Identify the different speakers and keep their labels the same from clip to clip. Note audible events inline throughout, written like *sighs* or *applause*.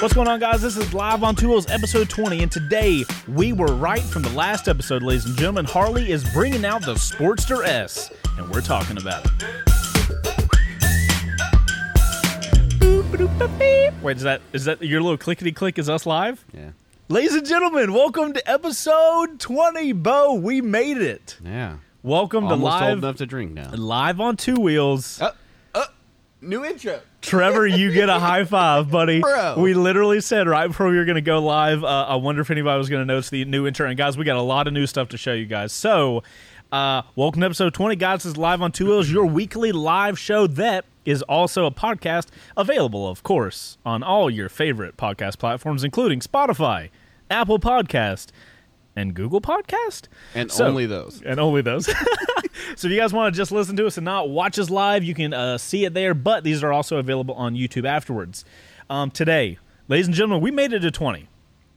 Speaker 1: What's going on, guys? This is Live on Two Wheels, episode 20, and today we were right from the last episode, ladies and gentlemen. Harley is bringing out the Sportster S, and we're talking about it. Boop, boop, boop, beep. Wait, is that is that your little clickety click? Is us live?
Speaker 2: Yeah.
Speaker 1: Ladies and gentlemen, welcome to episode 20. Bo, we made it.
Speaker 2: Yeah.
Speaker 1: Welcome
Speaker 2: Almost
Speaker 1: to
Speaker 2: old
Speaker 1: live Uh,
Speaker 2: enough to drink now.
Speaker 1: live on two wheels.
Speaker 3: New intro.
Speaker 1: Trevor, you get a high five, buddy.
Speaker 3: Bro.
Speaker 1: We literally said right before we were going to go live, uh, I wonder if anybody was going to notice the new intern. Guys, we got a lot of new stuff to show you guys. So, uh, welcome to episode 20, guys. This is Live on Two Wheels, your weekly live show that is also a podcast available, of course, on all your favorite podcast platforms, including Spotify, Apple Podcast, and Google Podcast.
Speaker 2: And
Speaker 1: So-
Speaker 2: only those.
Speaker 1: and only
Speaker 2: *laughs*
Speaker 1: those. *laughs* so if you guys want to just listen to us and not watch us live, you can uh, see it there. But these are also available on YouTube afterwards. Um, today, ladies and gentlemen, we made it to twenty.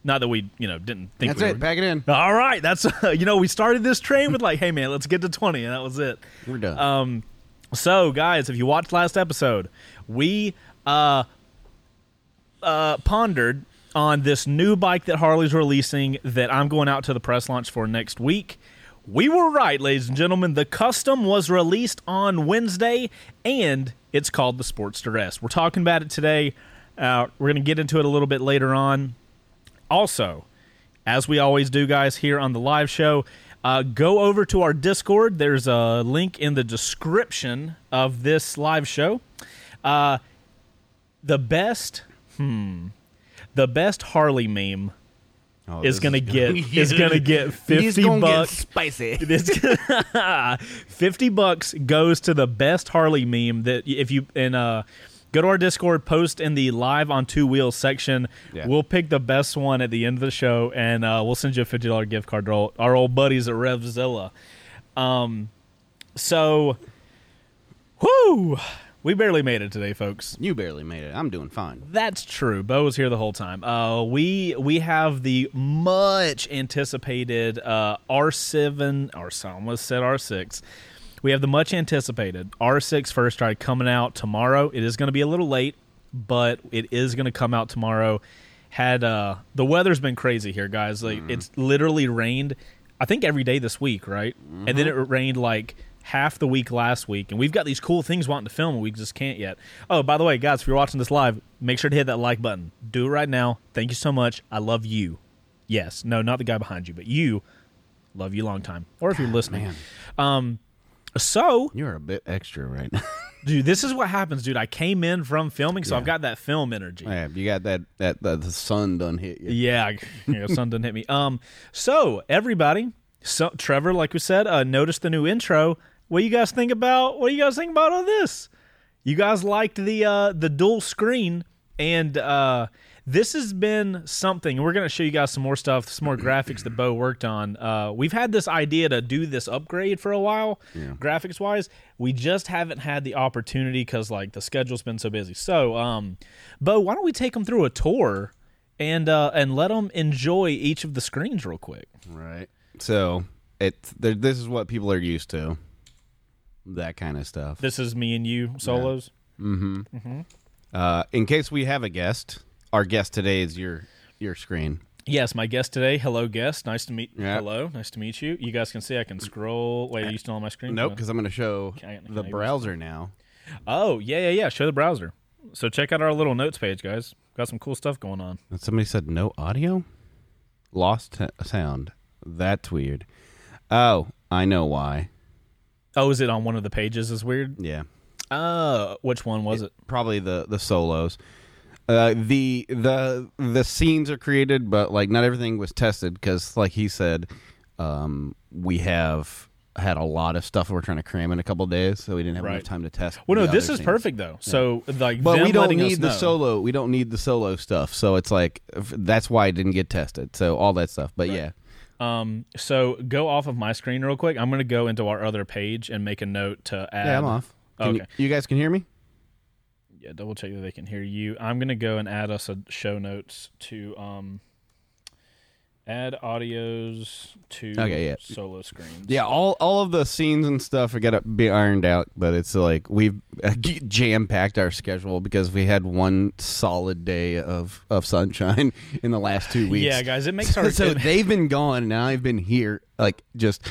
Speaker 1: Not that we, you know, didn't think.
Speaker 2: That's
Speaker 1: we
Speaker 2: it.
Speaker 1: were-
Speaker 2: Pack it in.
Speaker 1: All right, that's *laughs* you know, we started this train with like, hey man, let's get to twenty, and that was it.
Speaker 2: We're done.
Speaker 1: Um, so guys, if you watched last episode, we uh, uh, pondered on this new bike that Harley's releasing that I'm going out to the press launch for next week. We were right, ladies and gentlemen. The custom was released on Wednesday, and it's called the Sportster S. We're talking about it today. Uh, we're going to get into it a little bit later on. Also, as we always do, guys, here on the live show, uh, go over to our Discord. There's a link in the description of this live show. Uh, the best, hmm, the best Harley meme
Speaker 2: Oh, this
Speaker 1: is gonna get is gonna
Speaker 2: *laughs*
Speaker 1: get fifty bucks. *laughs*
Speaker 3: spicy.
Speaker 1: This- 50 bucks goes to the best Harley meme that if you and uh go to our Discord post in the live on two wheels section.
Speaker 2: Yeah.
Speaker 1: We'll pick the best one at the end of the show and uh, we'll send you a $50 gift card to our- our old buddies at Revzilla. Um so whoo, we barely made it today, folks.
Speaker 2: You barely made it. I'm doing fine.
Speaker 1: That's true. Bo was here the whole time. Uh, we we have the much anticipated uh, R7. Or I almost said R6. We have the much anticipated R6 first try coming out tomorrow. It is going to be a little late, but it is going to come out tomorrow. Had uh, the weather's been crazy here, guys. Like it's literally rained. I think every day this week, right? And then it rained like half the week last week, and we've got these cool things wanting to film, and we just can't yet. Oh, by the way, guys, if you're watching this live, make sure to hit that like button. Do it right now. Thank you so much. I love you. Yes, no, not the guy behind you, but you. Love you long time. Or if you're listening.
Speaker 2: man.
Speaker 1: Um, so,
Speaker 2: You're a bit extra right now. *laughs*
Speaker 1: dude, this is what happens, dude. I came in from filming, so I've got that film energy.
Speaker 2: yeah, you got that, that that the sun done hit you.
Speaker 1: Yeah, I- you know, sun didn't hit me. Um, so everybody, so Trevor, like we said, uh, noticed the new intro. What do you guys think about? What do you guys think about all this? You guys liked the uh, the dual screen, and uh, this has been something. We're gonna show you guys some more stuff, some more graphics that Bo worked on. Uh, we've had this idea to do this upgrade for a while, graphics wise. We just haven't had the opportunity because like the schedule's been so busy. So, um, Bo, why don't we take them through a tour? and uh, and let them enjoy each of the screens real quick.
Speaker 2: Right. So it's there, this is what people are used to. That kind of stuff.
Speaker 1: This is me and you solos.
Speaker 2: Uh, in case we have a guest, our guest today is your your screen.
Speaker 1: Yes, my guest today. Hello, guest. Nice to meet.
Speaker 2: Yeah.
Speaker 1: Hello, nice to meet you. You guys can see I can scroll. Wait, are you still on my screen?
Speaker 2: Nope, because I'm going to show
Speaker 1: Uh-huh. Can I- can I
Speaker 2: the
Speaker 1: use
Speaker 2: browser now.
Speaker 1: Oh yeah, yeah, yeah. Show the browser. So check out our little notes page, guys. Got some cool stuff going on.
Speaker 2: And somebody said no audio? Lost t- sound. That's weird. Oh, I know why.
Speaker 1: Oh, is it on one of the pages? Is weird.
Speaker 2: Yeah.
Speaker 1: Uh, which one was it?
Speaker 2: Probably the the solos. Uh, the the the scenes are created, but like not everything was tested because, like he said, um, we have had a lot of stuff we're trying to cram in a couple days, so we didn't have
Speaker 1: Right.
Speaker 2: enough time to test.
Speaker 1: Well, no,
Speaker 2: the
Speaker 1: this
Speaker 2: other
Speaker 1: is
Speaker 2: scenes.
Speaker 1: perfect though. So like,
Speaker 2: But
Speaker 1: them
Speaker 2: we don't
Speaker 1: letting us
Speaker 2: need the
Speaker 1: know.
Speaker 2: solo. We don't need the solo stuff. So it's like f- that's why it didn't get tested. So all that stuff. But yeah,
Speaker 1: Um, so go off of my screen real quick. I'm gonna go into our other page and make a note to add.
Speaker 2: yeah, I'm off. Can
Speaker 1: Okay.
Speaker 2: you, you guys can hear me?
Speaker 1: yeah double check that they can hear you i'm gonna go and add us a show notes to um Add audios to
Speaker 2: Okay, yeah.
Speaker 1: solo screens.
Speaker 2: Yeah, all all of the scenes and stuff are gonna be ironed out, but it's like we've jam packed our schedule because we had one solid day of of sunshine *laughs* in the last two weeks.
Speaker 1: Yeah, guys, it makes our-
Speaker 2: *laughs* so they've been gone. Now I've been here, like just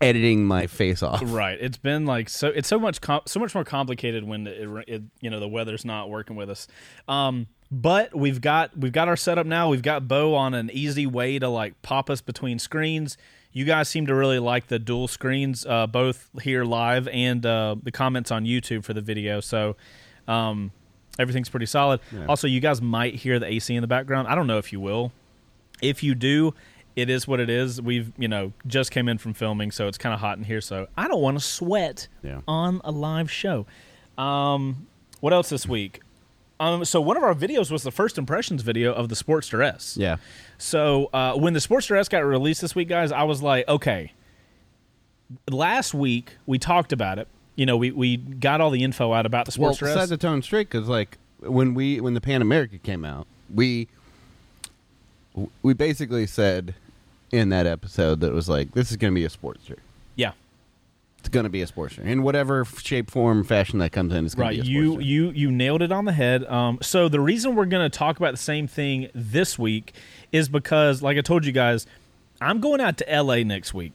Speaker 2: editing my face off.
Speaker 1: Right. It's been like so. It's so much com- so much more complicated when it, it you know the weather's not working with us. Um, but we've got we've got our setup now. We've got Bo on an easy way to like pop us between screens. You guys seem to really like the dual screens, uh, both here live and uh, the comments on YouTube for the video. So. Um, Everything's pretty solid. Also, you guys might hear the AC in the background. I don't know if you will if you do it is what it is we've you know just came in from filming so it's kind of hot in here so i don't want to sweat
Speaker 2: Yeah.
Speaker 1: on a live show um what else this week um so one of our videos was the first impressions video of the sportster s
Speaker 2: Yeah,
Speaker 1: so uh, when the Sportster S got released this week, guys, I was like, okay. Last week we talked about it. You know, we, we got all the info out about the
Speaker 2: well,
Speaker 1: Sportster
Speaker 2: set
Speaker 1: S.
Speaker 2: the tone straight because like when we when the Pan America came out, we we basically said in that episode that it was like this is gonna be a sports trip.
Speaker 1: yeah,
Speaker 2: It's going to be a sports drink in whatever f- shape, form, fashion that comes in. It's going
Speaker 1: right.
Speaker 2: to be a
Speaker 1: You
Speaker 2: sports drink.
Speaker 1: you you nailed it on the head. Um, so the reason we're going to talk about the same thing this week is because, like I told you guys, I'm going out to LA next week,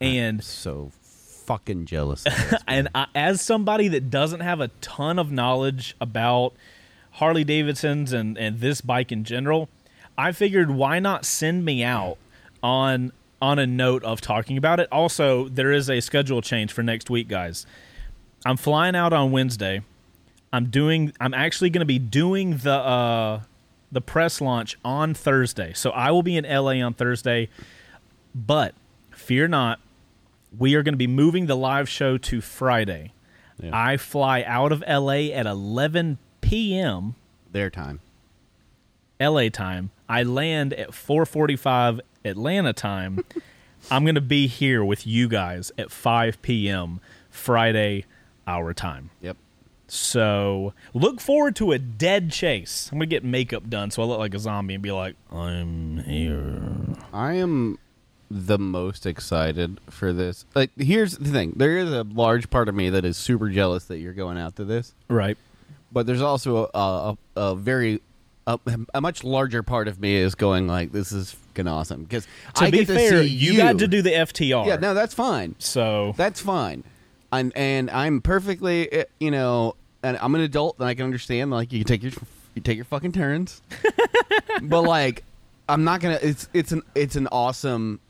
Speaker 1: and
Speaker 2: so fucking jealous. of
Speaker 1: *laughs*
Speaker 2: this.
Speaker 1: and I, as somebody that doesn't have a ton of knowledge about Harley Davidsons and, and this bike in general, I figured why not send me out on on a note of talking about it. Also, there is a schedule change for next week, guys. I'm flying out on Wednesday. I'm doing. I'm actually going to be doing the uh, the press launch on Thursday. So I will be in LA on Thursday. But fear not, we are going to be moving the live show to Friday.
Speaker 2: Yeah.
Speaker 1: I fly out of LA at 11 p.m.
Speaker 2: Their time.
Speaker 1: LA time. I land at 4:45 Atlanta time. I'm going to be here with you guys at 5 p.m. Friday our time.
Speaker 2: Yep.
Speaker 1: So look forward to a dead chase. I'm gonna get makeup done so I look like a zombie and be like, I'm here.
Speaker 2: I am the most excited for this. Like, here's the thing: there is a large part of me that is super jealous that you're going out to this,
Speaker 1: Right.
Speaker 2: but there's also a a, a very a, a much larger part of me is going like, this is fucking awesome because
Speaker 1: To
Speaker 2: I
Speaker 1: be
Speaker 2: get
Speaker 1: fair,
Speaker 2: to see
Speaker 1: you, got to do the FTR.
Speaker 2: Yeah, no, that's fine.
Speaker 1: So
Speaker 2: That's fine. And and I'm perfectly, eh, you know, and I'm an adult and I can understand. Like you take your you take your
Speaker 1: *laughs*
Speaker 2: fucking turns, but like I'm not gonna. It's it's an it's an awesome.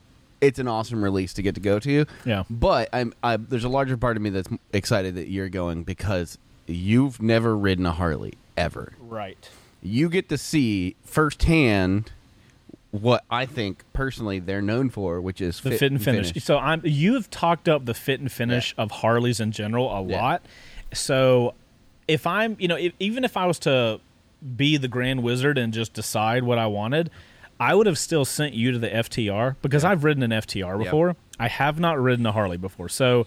Speaker 2: It's an awesome release to get to go to.
Speaker 1: Yeah.
Speaker 2: But I'm I, there's a larger part of me that's excited that you're going because you've never ridden a Harley ever
Speaker 1: right.
Speaker 2: you get to see firsthand what I think personally they're known for, which is
Speaker 1: The fit, and finish. So I'm you have talked up the fit and finish of Harleys in general a
Speaker 2: Yeah.
Speaker 1: lot. So if I'm, you know, if, even if I was to be the grand wizard and just decide what I wanted, I would have still sent you to the FTR because I've ridden an FTR before. I have not ridden a Harley before. So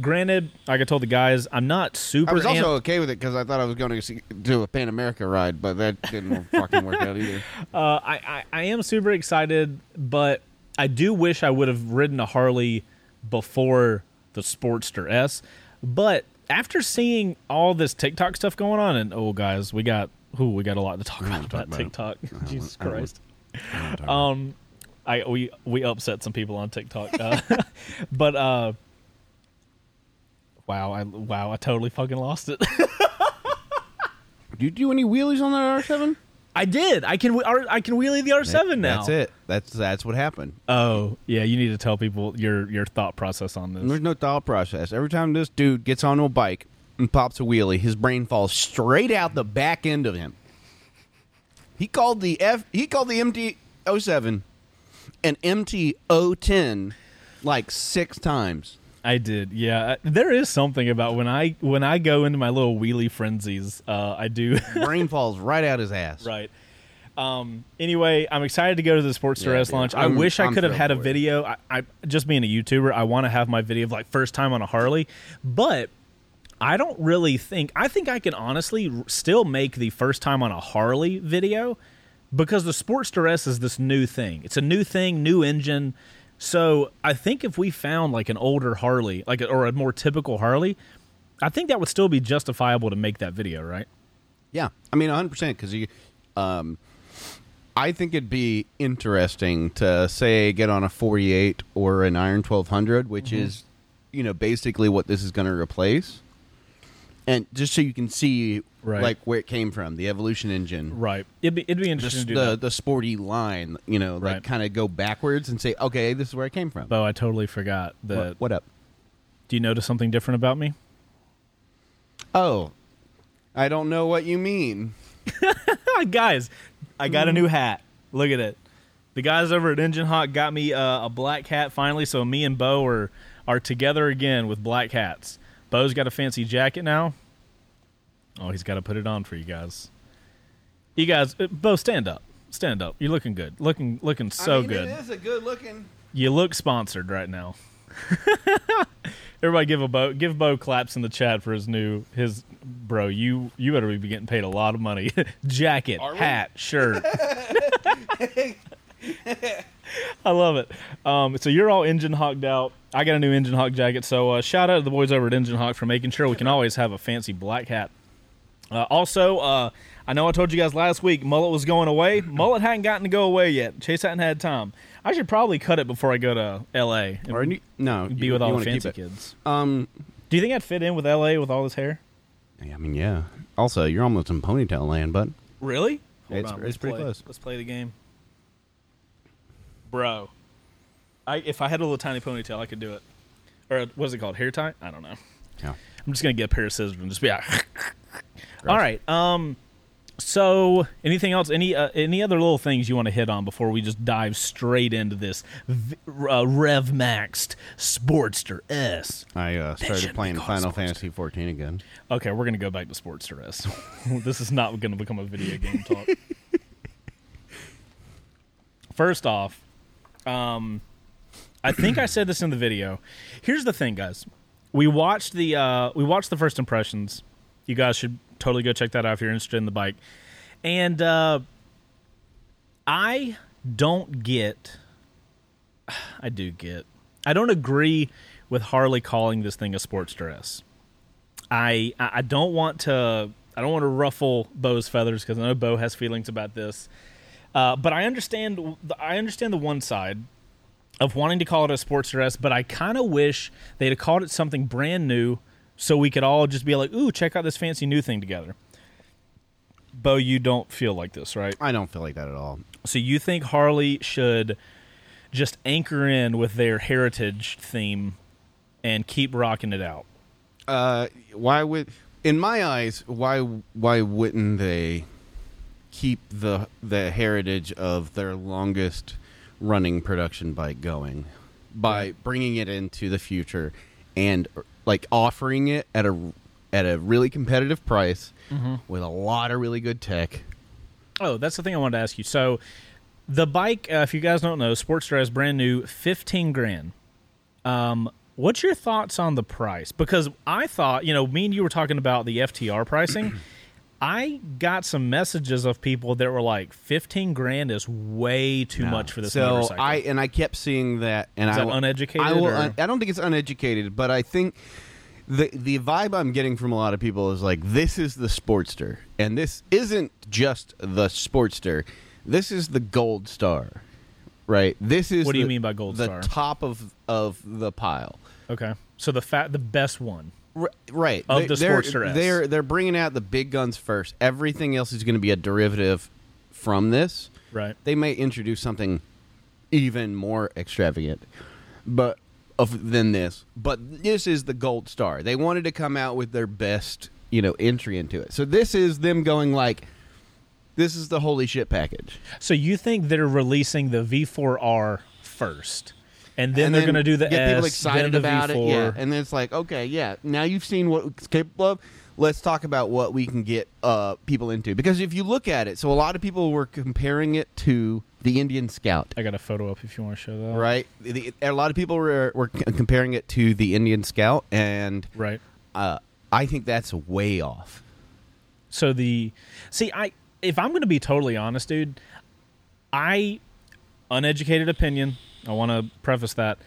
Speaker 1: granted, like I told the guys, I'm not super
Speaker 2: I was
Speaker 1: amped-
Speaker 2: also okay with it because I thought I was going to see, do a Pan America ride, but that *laughs* didn't fucking work out either.
Speaker 1: Uh, I, I I am super excited, but I do wish I would have ridden a Harley before the Sportster S. But after seeing all this TikTok stuff going on, and oh, guys, we got who we got a lot to talk about about
Speaker 2: talk about it.
Speaker 1: TikTok. *laughs* Jesus
Speaker 2: I don't
Speaker 1: Christ. Um, I we we upset some people on TikTok, uh, *laughs* but uh, wow, I wow, I totally fucking lost it. *laughs*
Speaker 2: Do you do any wheelies on that R seven?
Speaker 1: I did. I can I can wheelie the R seven now.
Speaker 2: That's it. That's that's what happened.
Speaker 1: Oh yeah, you need to tell people your your thought process on
Speaker 2: There's
Speaker 1: this.
Speaker 2: no thought process. Every time this dude gets onto a bike and pops a wheelie, his brain falls straight out the back end of him. He called the F. He called the MT 07 and MT 010 like six times.
Speaker 1: I did, yeah. There is something about when I when I go into my little wheelie frenzies. Uh, I do
Speaker 2: Brain *laughs* falls right out his ass.
Speaker 1: right. Um, anyway, I'm excited to go to the Sportster
Speaker 2: Yeah,
Speaker 1: S
Speaker 2: yeah.
Speaker 1: launch. I
Speaker 2: I'm-
Speaker 1: wish i
Speaker 2: I'm
Speaker 1: could have had a
Speaker 2: thrilled for you.
Speaker 1: video. I, I just being a YouTuber, I want to have my video of like first time on a Harley, but I don't really think. I think I can honestly r- still make the first time on a Harley video, because the Sportster S is this new thing. It's a new thing, new engine. So I think if we found like an older Harley, like or a more typical Harley, I think that would still be justifiable to make that video, right?
Speaker 2: Yeah, I mean, 100 percent because you, um, I think it'd be interesting to say get on a 48 or an Iron 1200, which
Speaker 1: Mm-hmm.
Speaker 2: is, you know, basically what this is going to replace, and just so you can see
Speaker 1: Right.
Speaker 2: like where it came from, the evolution engine,
Speaker 1: Right. It'd be it'd be
Speaker 2: the
Speaker 1: interesting to do
Speaker 2: the,
Speaker 1: that.
Speaker 2: the sporty line, you know, like
Speaker 1: Right.
Speaker 2: kind of go backwards and say, okay, this is where it came from. Uh,
Speaker 1: Bo, I totally forgot that.
Speaker 2: what, what up?
Speaker 1: Do you notice something different about *laughs* me?
Speaker 2: Oh, I don't know what you mean.
Speaker 1: guys, I got a new hat. Look at it. The guys over at Engine Hawk got me uh, a black hat finally, so me and Bo are are together again with black hats. Bo's got a fancy jacket now. Oh, he's got to put it on for you guys. You guys, uh, Bo, stand up, stand up. You're looking good, looking looking so good.
Speaker 2: is a good looking.
Speaker 1: You look sponsored right now. Everybody, give a Bo give Bo claps in the chat for his new his bro. You you better be getting paid a lot of money. *laughs* Jacket,
Speaker 2: we?
Speaker 1: hat, shirt. I love it. Um, so you're all engine hawked out. I got a new engine hawk jacket. So uh, shout out to the boys over at Engine Hawk for making sure we can always have a fancy black hat. Uh, also, uh, I know I told you guys last week mullet was going away. mullet hadn't gotten to go away yet. Chase hadn't had time. I should probably cut it before I go to L.A. and
Speaker 2: Or you, no,
Speaker 1: be
Speaker 2: you,
Speaker 1: with
Speaker 2: you
Speaker 1: all the
Speaker 2: wanna keep
Speaker 1: fancy
Speaker 2: it.
Speaker 1: kids.
Speaker 2: Um,
Speaker 1: Do you think I'd fit in with L.A. with all this hair?
Speaker 2: Yeah, I mean, yeah. Also, you're almost in ponytail land, but
Speaker 1: Really?
Speaker 2: It's- it's
Speaker 1: let's
Speaker 2: pretty
Speaker 1: play-
Speaker 2: close.
Speaker 1: Let's play the game, bro. I if I had a little tiny ponytail, I could do it. Or what's it called? Hair tie? I don't know.
Speaker 2: yeah.
Speaker 1: I'm just gonna get a pair of scissors and just be like. *laughs* All right. Um. So, anything else? Any uh, any other little things you want to hit on before we just dive straight into this v- uh, Rev Maxed Sportster S?
Speaker 2: I uh,
Speaker 1: should be
Speaker 2: started playing
Speaker 1: called
Speaker 2: Final
Speaker 1: Sportster.
Speaker 2: Fantasy 14 again.
Speaker 1: Okay, we're gonna go back to Sportster S. *laughs* this is not gonna become a video game talk. First off, um, I think I said this in the video. Here's the thing, guys. We watched the uh, we watched the first impressions. You guys should totally go check that out if you're interested in the bike. And uh, I don't get. *sighs* I do get. I don't agree with Harley calling this thing a Sportster S. I I I don't want to I don't want to ruffle Bo's feathers because I know Bo has feelings about this. Uh, but I understand I understand the one side of wanting to call it a sports dress, but I kind of wish they'd have called it something brand new so we could all just be like, "Ooh, check out this fancy new thing together." Bo, you don't feel like this, right?
Speaker 2: I don't feel like that at all.
Speaker 1: So you think Harley should just anchor in with their heritage theme and keep rocking it out?
Speaker 2: Uh, why would, in my eyes, why why wouldn't they keep the the heritage of their longest running production bike going by bringing it into the future and like offering it at a at a really competitive price with a lot of really good tech.
Speaker 1: Oh, that's the thing I wanted to ask you. So, the bike, uh, if you guys don't know, Sportster is brand new, fifteen grand. Um, what's your thoughts on the price? Because I thought, you know, me and you were talking about the FTR
Speaker 2: *clears throat*
Speaker 1: pricing. I got some messages of people that were like, fifteen grand is way too much for this
Speaker 2: so
Speaker 1: motorcycle.
Speaker 2: I and I kept seeing that, and
Speaker 1: Is
Speaker 2: I
Speaker 1: that
Speaker 2: will-
Speaker 1: uneducated,
Speaker 2: I, will,
Speaker 1: or-
Speaker 2: I don't think it's uneducated, but I think the the vibe I'm getting from a lot of people is like this is the Sportster, and this isn't just the Sportster. This is the gold star, right? This is
Speaker 1: What do you
Speaker 2: the-
Speaker 1: mean by gold
Speaker 2: the
Speaker 1: star?
Speaker 2: top of of the pile.
Speaker 1: okay, so the fat, the best one.
Speaker 2: R- right
Speaker 1: Of the
Speaker 2: they're,
Speaker 1: Sportster S.
Speaker 2: They're they're bringing out the big guns first. Everything else is going to be a derivative from this.
Speaker 1: Right.
Speaker 2: They may introduce something even more extravagant, but of than this. But this is the gold star. They wanted to come out with their best, you know, entry into it. So this is them going like, this is the holy shit package.
Speaker 1: So you think they're releasing the V4R first, and then they're
Speaker 2: then
Speaker 1: going to do the
Speaker 2: get
Speaker 1: S,
Speaker 2: people excited
Speaker 1: then the
Speaker 2: about
Speaker 1: V4.
Speaker 2: it. Yeah, and then it's like, okay, yeah, now you've seen what it's capable of. Let's talk about what we can get uh, people into because if you look at it, so a lot of people were comparing it to the Indian Scout,
Speaker 1: I got a photo up if you want to show that.
Speaker 2: right? The, a lot of people were were c- comparing it to the Indian Scout, and
Speaker 1: Right.
Speaker 2: uh, I think that's way off.
Speaker 1: So the see, I if I'm going to be totally honest, dude, I uneducated opinion. I want to preface that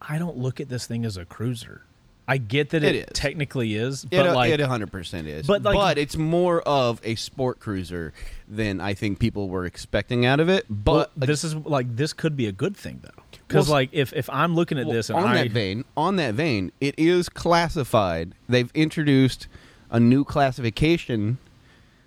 Speaker 1: I don't look at this thing as a cruiser. I get that it,
Speaker 2: It is.
Speaker 1: technically is,
Speaker 2: It, uh,
Speaker 1: but like
Speaker 2: it 100% is.
Speaker 1: but, like-
Speaker 2: but it's more of a sport cruiser than I think people were expecting out of it. But
Speaker 1: Well, this is like this could be a good thing though, because
Speaker 2: Well,
Speaker 1: like if if I'm looking at this and
Speaker 2: on
Speaker 1: I
Speaker 2: that vein, on that vein, it is classified. They've introduced a new classification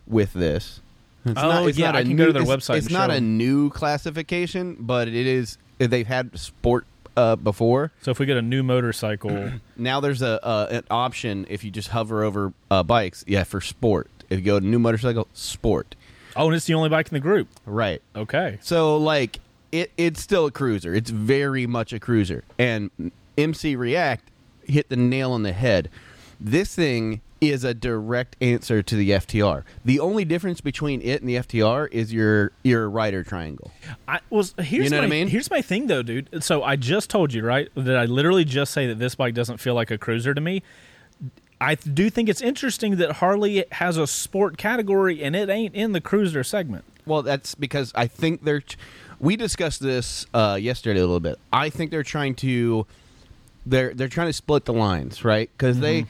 Speaker 2: with this. It's
Speaker 1: Oh, yeah, I
Speaker 2: a
Speaker 1: can
Speaker 2: new,
Speaker 1: go to their
Speaker 2: it's-
Speaker 1: website
Speaker 2: It's
Speaker 1: and
Speaker 2: not
Speaker 1: show.
Speaker 2: a new classification, but it is. They've had sport uh, before.
Speaker 1: so if we get a new
Speaker 2: *clears throat*
Speaker 1: motorcycle, oh,
Speaker 2: Now there's a uh, an option if you just hover over uh, bikes. Yeah, for sport. If you go to new motorcycle sport,
Speaker 1: oh, and it's the only bike in the group.
Speaker 2: right.
Speaker 1: Okay,
Speaker 2: So like it it's still a cruiser. It's very much a cruiser. And MC React hit the nail on the head. This thing is a direct answer to the FTR. The only difference between it and the FTR is your your rider triangle.
Speaker 1: I was here's
Speaker 2: You know
Speaker 1: my
Speaker 2: what I mean?
Speaker 1: here's my thing though, dude. So I just told you right that I literally just say that this bike doesn't feel like a cruiser to me. I th- do think it's interesting that Harley has a sport category and it ain't in the cruiser segment.
Speaker 2: Well, that's because I think they're. T- we discussed this uh, yesterday a little bit. I think they're trying to, they're they're trying to split the lines, right? Because they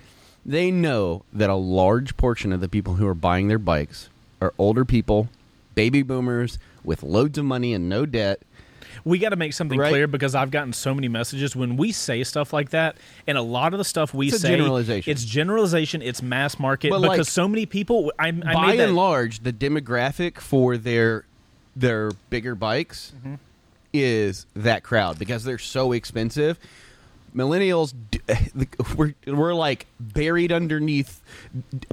Speaker 2: they know that a large portion of the people who are buying their bikes are older people, baby boomers with loads of money and no debt.
Speaker 1: We got to make something
Speaker 2: Right.
Speaker 1: clear because I've gotten so many messages when we say stuff like that, and a lot of the stuff we
Speaker 2: It's a
Speaker 1: say
Speaker 2: generalization.
Speaker 1: It's generalization. It's mass market
Speaker 2: But,
Speaker 1: because
Speaker 2: like,
Speaker 1: so many people. I, I
Speaker 2: by
Speaker 1: made that,
Speaker 2: and large, the demographic for their their bigger bikes
Speaker 1: Mm-hmm.
Speaker 2: is that crowd because they're so expensive. Millennials, d- we're we're like buried underneath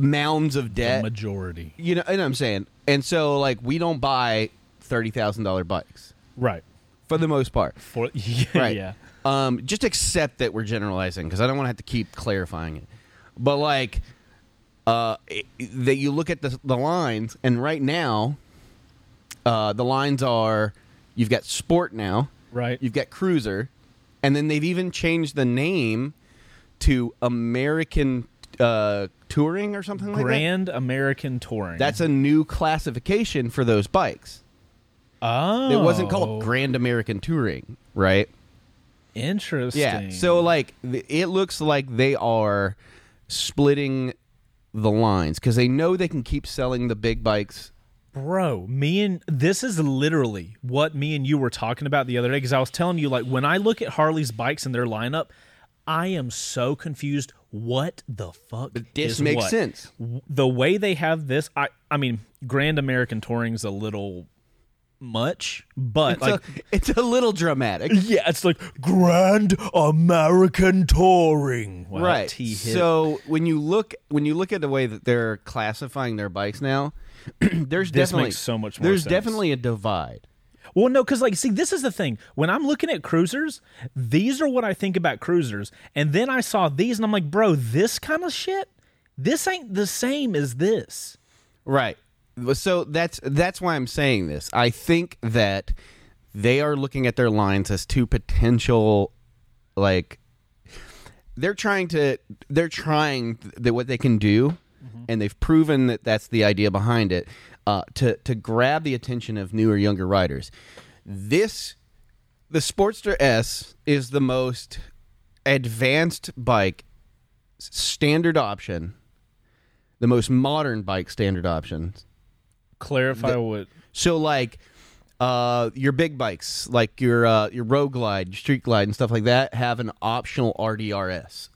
Speaker 2: mounds of
Speaker 1: the
Speaker 2: debt.
Speaker 1: majority.
Speaker 2: You know, and I'm saying, and so like we don't buy thirty thousand dollar bikes
Speaker 1: Right.
Speaker 2: for the most part,
Speaker 1: For *laughs* yeah,
Speaker 2: *laughs* right?
Speaker 1: yeah.
Speaker 2: Um, just accept that we're generalizing because I don't want to have to keep clarifying it. But like, uh, it- that you look at the, the lines, and right now, uh, the lines are you've got sport now,
Speaker 1: Right.
Speaker 2: You've got cruiser, and then they've even changed the name to American uh, touring or something like that.
Speaker 1: Grand American Touring.
Speaker 2: That's a new classification for those bikes.
Speaker 1: oh,
Speaker 2: It wasn't called Grand American Touring, right?
Speaker 1: Interesting.
Speaker 2: Yeah. So like th- it looks like they are splitting the lines cuz they know they can keep selling the big bikes.
Speaker 1: bro, me and this is literally what me and you were talking about the other day because I was telling you like when I look at Harley's bikes and their lineup, I am so confused. What the fuck?
Speaker 2: This
Speaker 1: is
Speaker 2: makes
Speaker 1: what?
Speaker 2: sense.
Speaker 1: W- The way they have this, I I mean, Grand American Touring's a little much, but
Speaker 2: It's,
Speaker 1: like.
Speaker 2: a, *laughs* it's a little dramatic.
Speaker 1: yeah, it's like Grand American Touring. Wow,
Speaker 2: *laughs* right.
Speaker 1: T hit.
Speaker 2: So when you look when you look at the way that they're classifying their bikes now, *clears throat* there's
Speaker 1: This
Speaker 2: definitely
Speaker 1: makes so much more
Speaker 2: There's
Speaker 1: sense.
Speaker 2: definitely a divide.
Speaker 1: Well, no, because like, see, this is the thing. When I'm looking at cruisers, these are what I think about cruisers, and then I saw these, and I'm like, bro, this kind of shit, this ain't the same as this.
Speaker 2: Right. So that's that's why I'm saying this. I think that they are looking at their lines as two potential like they're trying to they're trying th- that what they can do and they've proven that that's the idea behind it uh, to to grab the attention of newer younger riders. This the Sportster S is the most advanced bike s- standard option, the most modern bike standard option
Speaker 1: Clarify what?
Speaker 2: so like uh your big bikes, like your uh your road glide, your street glide and stuff like that have an optional RDRS.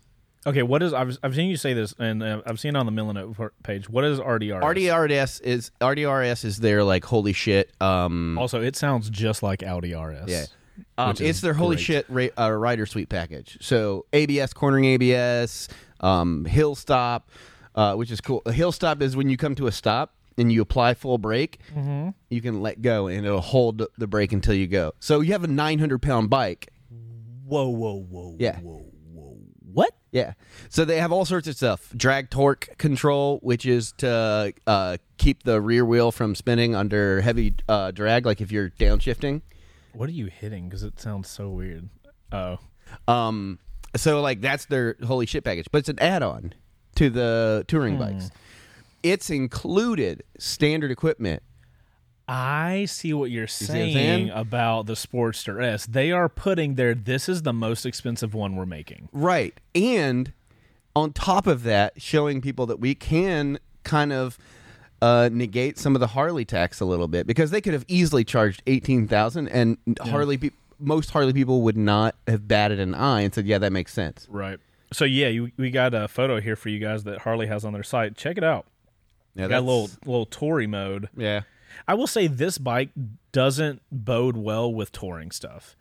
Speaker 1: Okay, what is? I've I've seen you say this, and uh, I've seen it on the Milano per- page. What is RDR?
Speaker 2: RDRS is RDRS is their like holy shit um
Speaker 1: Also, it sounds just like Audi RS.
Speaker 2: yeah. Um, it's their holy shit ra- uh, rider suite package. So ABS, cornering ABS, um, hill stop, uh, which is cool. A hill stop is when you come to a stop and you apply full brake, you can let go and it'll hold the brake until you go. So you have a 900 pound bike
Speaker 1: Whoa, whoa, whoa.
Speaker 2: Yeah.
Speaker 1: Whoa, whoa. What?
Speaker 2: Yeah. So they have all sorts of stuff. Drag torque control, which is to uh, keep the rear wheel from spinning under heavy uh, drag, like if you're downshifting.
Speaker 1: What are you hitting? Because it sounds so weird. Oh,
Speaker 2: Um, so like that's their holy shit package, but it's an add-on to the touring bikes. It's included standard equipment
Speaker 1: I see what you're
Speaker 2: what I'm
Speaker 1: saying,
Speaker 2: saying?
Speaker 1: about the Sportster S. They are putting their this is the most expensive one we're making.
Speaker 2: Right. And on top of that, showing people that we can kind of uh, negate some of the Harley tax a little bit because they could have easily charged 18,000 and Harley pe- most Harley people would not have batted an eye and said, "Yeah, that makes sense."
Speaker 1: Right. So yeah, you, we got a photo here for you guys that Harley has on their site. Check it out.
Speaker 2: Yeah,
Speaker 1: got
Speaker 2: that's-
Speaker 1: a little little touring mode.
Speaker 2: Yeah.
Speaker 1: I will say this bike doesn't bode well with touring stuff.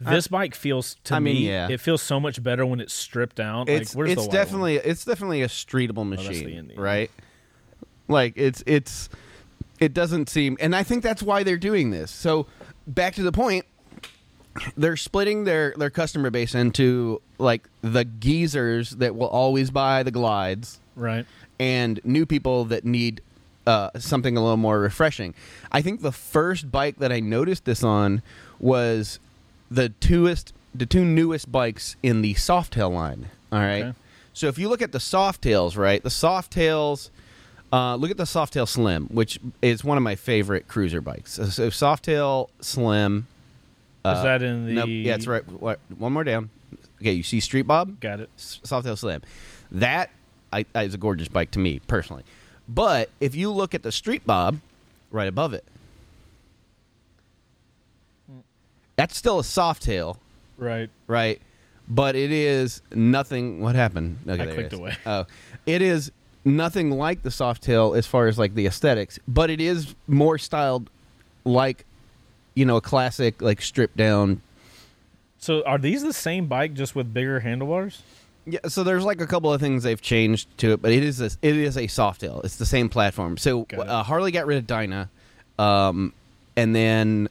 Speaker 1: This bike feels to
Speaker 2: I mean,
Speaker 1: me
Speaker 2: yeah.
Speaker 1: it feels so much better when it's stripped out.
Speaker 2: It's
Speaker 1: like where's
Speaker 2: it's
Speaker 1: the white one?
Speaker 2: definitely it's definitely a streetable
Speaker 1: the
Speaker 2: machine,
Speaker 1: Indian.
Speaker 2: right? Like it's it's it doesn't seem and I think that's why they're doing this. So back to the point, they're splitting their their customer base into like the geezers that will always buy the glides
Speaker 1: right.
Speaker 2: and new people that need uh, something a little more refreshing. I think the first bike that I noticed this on was the twoest, the two newest bikes in the Softail line. All right.
Speaker 1: Okay.
Speaker 2: So if you look at the Softails, right, the Softails. Uh, look at the Softail Slim, which is one of my favorite cruiser bikes. So, so Softail Slim.
Speaker 1: is that in the
Speaker 2: Uh, nope, yeah, it's right. right- One more down. Okay, you see Street Bob?
Speaker 1: Got it.
Speaker 2: S- Softail Slim. That I, I, is a gorgeous bike to me personally. But if you look at the Street Bob right above it, that's still a Softail,
Speaker 1: Right.
Speaker 2: right? But it is nothing. What happened? Okay,
Speaker 1: I
Speaker 2: there it
Speaker 1: clicked
Speaker 2: is.
Speaker 1: away.
Speaker 2: Oh, it is nothing like the Softail as far as like the aesthetics, but it is more styled like you know a classic like stripped down
Speaker 1: So are these the same bike just with bigger handlebars?
Speaker 2: Yeah, so there's like a couple of things they've changed to it, but it is a, it is a soft tail. It's the same platform. So
Speaker 1: Got it.
Speaker 2: uh, Harley got rid of Dyna, um, and then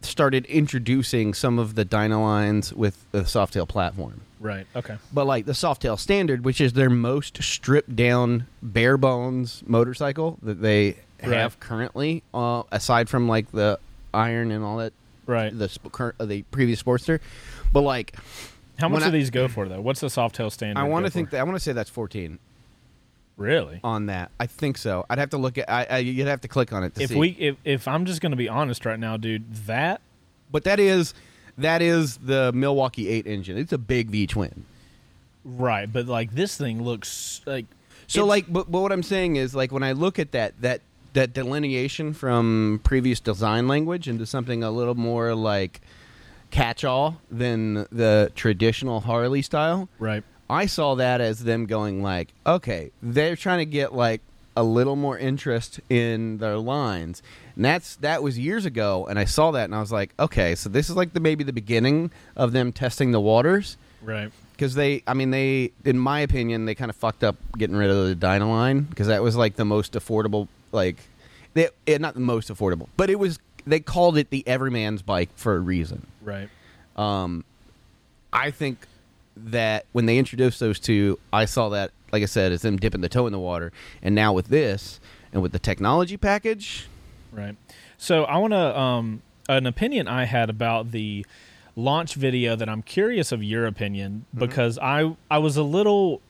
Speaker 2: started introducing some of the Dyna lines with the soft tail platform.
Speaker 1: Right. Okay.
Speaker 2: But like the soft tail standard, which is their most stripped down, bare bones motorcycle that they
Speaker 1: Right.
Speaker 2: have currently, uh, aside from like the iron and all that,
Speaker 1: Right.
Speaker 2: the sp- current, uh, the previous Sportster. But like
Speaker 1: How
Speaker 2: when
Speaker 1: much
Speaker 2: I-
Speaker 1: do these go for though? What's the soft tail standard?
Speaker 2: I want
Speaker 1: go
Speaker 2: to think
Speaker 1: for?
Speaker 2: that Oh, I want to say that's 14
Speaker 1: really.
Speaker 2: on that. I think so. I'd have to look at. I, I you'd have to click on it to
Speaker 1: If
Speaker 2: see.
Speaker 1: we if, if I'm just going to be honest right now, dude, that
Speaker 2: but that is that is the Milwaukee eight engine. It's a big V twin.
Speaker 1: right, but like this thing looks like
Speaker 2: So
Speaker 1: it's-
Speaker 2: like, but, but what I'm saying is like when I look at that that that delineation from previous design language into something a little more like catch-all than the traditional Harley style.
Speaker 1: right.
Speaker 2: I saw that as them going like, okay, they're trying to get like a little more interest in their lines. And that's that was years ago and I saw that and I was like, okay, so this is like the maybe the beginning of them testing the waters
Speaker 1: Right.
Speaker 2: cuz they I mean they in my opinion they kind of fucked up getting rid of the Dynaline cuz that was like the most affordable like they eh, not the most affordable, but it was they called it the everyman's bike for a reason.
Speaker 1: Right.
Speaker 2: I think that when they introduced those two, I saw that, like I said, as them dipping the toe in the water. And now with this and with the technology package,
Speaker 1: Right. So I want to um an opinion I had about the launch video that I'm curious of your opinion
Speaker 2: Mm-hmm.
Speaker 1: because I I was a little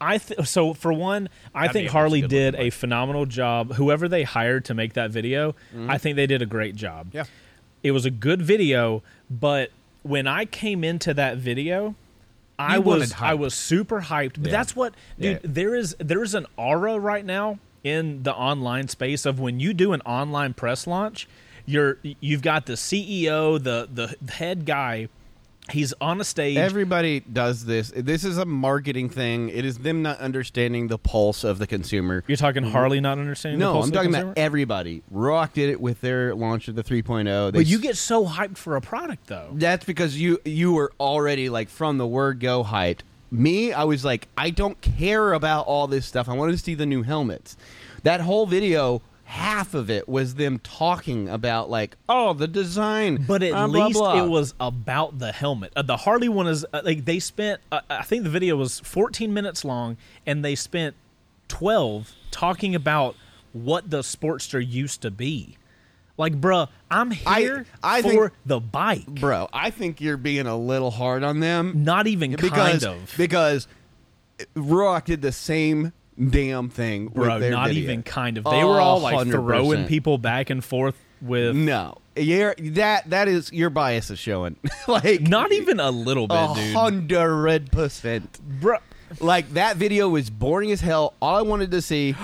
Speaker 1: I th- so for one, I
Speaker 2: be
Speaker 1: think
Speaker 2: a
Speaker 1: Harley
Speaker 2: good
Speaker 1: did a phenomenal job. Whoever they hired to make that video, I think they did a great job.
Speaker 2: Mm-hmm. Yeah.
Speaker 1: It was a good video, but when I came into that video, I
Speaker 2: You wanted
Speaker 1: was
Speaker 2: hype.
Speaker 1: I was super hyped. But
Speaker 2: Yeah.
Speaker 1: that's what dude,
Speaker 2: Yeah.
Speaker 1: there is there is an aura right now in the online space of when you do an online press launch you're you've got the ceo the the head guy he's on a stage
Speaker 2: everybody does this. This is a marketing thing. It is them not understanding the pulse of the consumer.
Speaker 1: you're talking harley not understanding the
Speaker 2: Mm-hmm. No,
Speaker 1: pulse
Speaker 2: I'm
Speaker 1: of the
Speaker 2: talking
Speaker 1: consumer?
Speaker 2: about everybody. Rock did it with their launch of the 3.0. They
Speaker 1: but you
Speaker 2: s-
Speaker 1: get so hyped for a product though
Speaker 2: that's because you you were already like from the word go hyped. Me, I was like, I don't care about all this stuff. I wanted to see the new helmets. That whole video, half of it was them talking about like, oh, the design.
Speaker 1: but at
Speaker 2: uh, blah,
Speaker 1: least
Speaker 2: blah.
Speaker 1: it was about the helmet uh, the harley one is uh, like they spent uh, i think the video was 14 minutes long and they spent 12 talking about what the sportster used to be like bruh i'm
Speaker 2: I-
Speaker 1: here
Speaker 2: I
Speaker 1: for
Speaker 2: think-
Speaker 1: the bike
Speaker 2: bro. I think you're being a little hard on them
Speaker 1: not even
Speaker 2: because
Speaker 1: kind of
Speaker 2: because Rock did the same damn thing.
Speaker 1: bro.
Speaker 2: with their
Speaker 1: Not
Speaker 2: video. Oh,
Speaker 1: even kind of. They were all like
Speaker 2: 100%.
Speaker 1: throwing people back and forth with
Speaker 2: No, you're, that that is your bias is showing. *laughs* like
Speaker 1: not even a little bit,
Speaker 2: a
Speaker 1: dude.
Speaker 2: hundred percent.
Speaker 1: Bro,
Speaker 2: Like that video was boring as hell. All I wanted
Speaker 1: *gasps*
Speaker 2: to see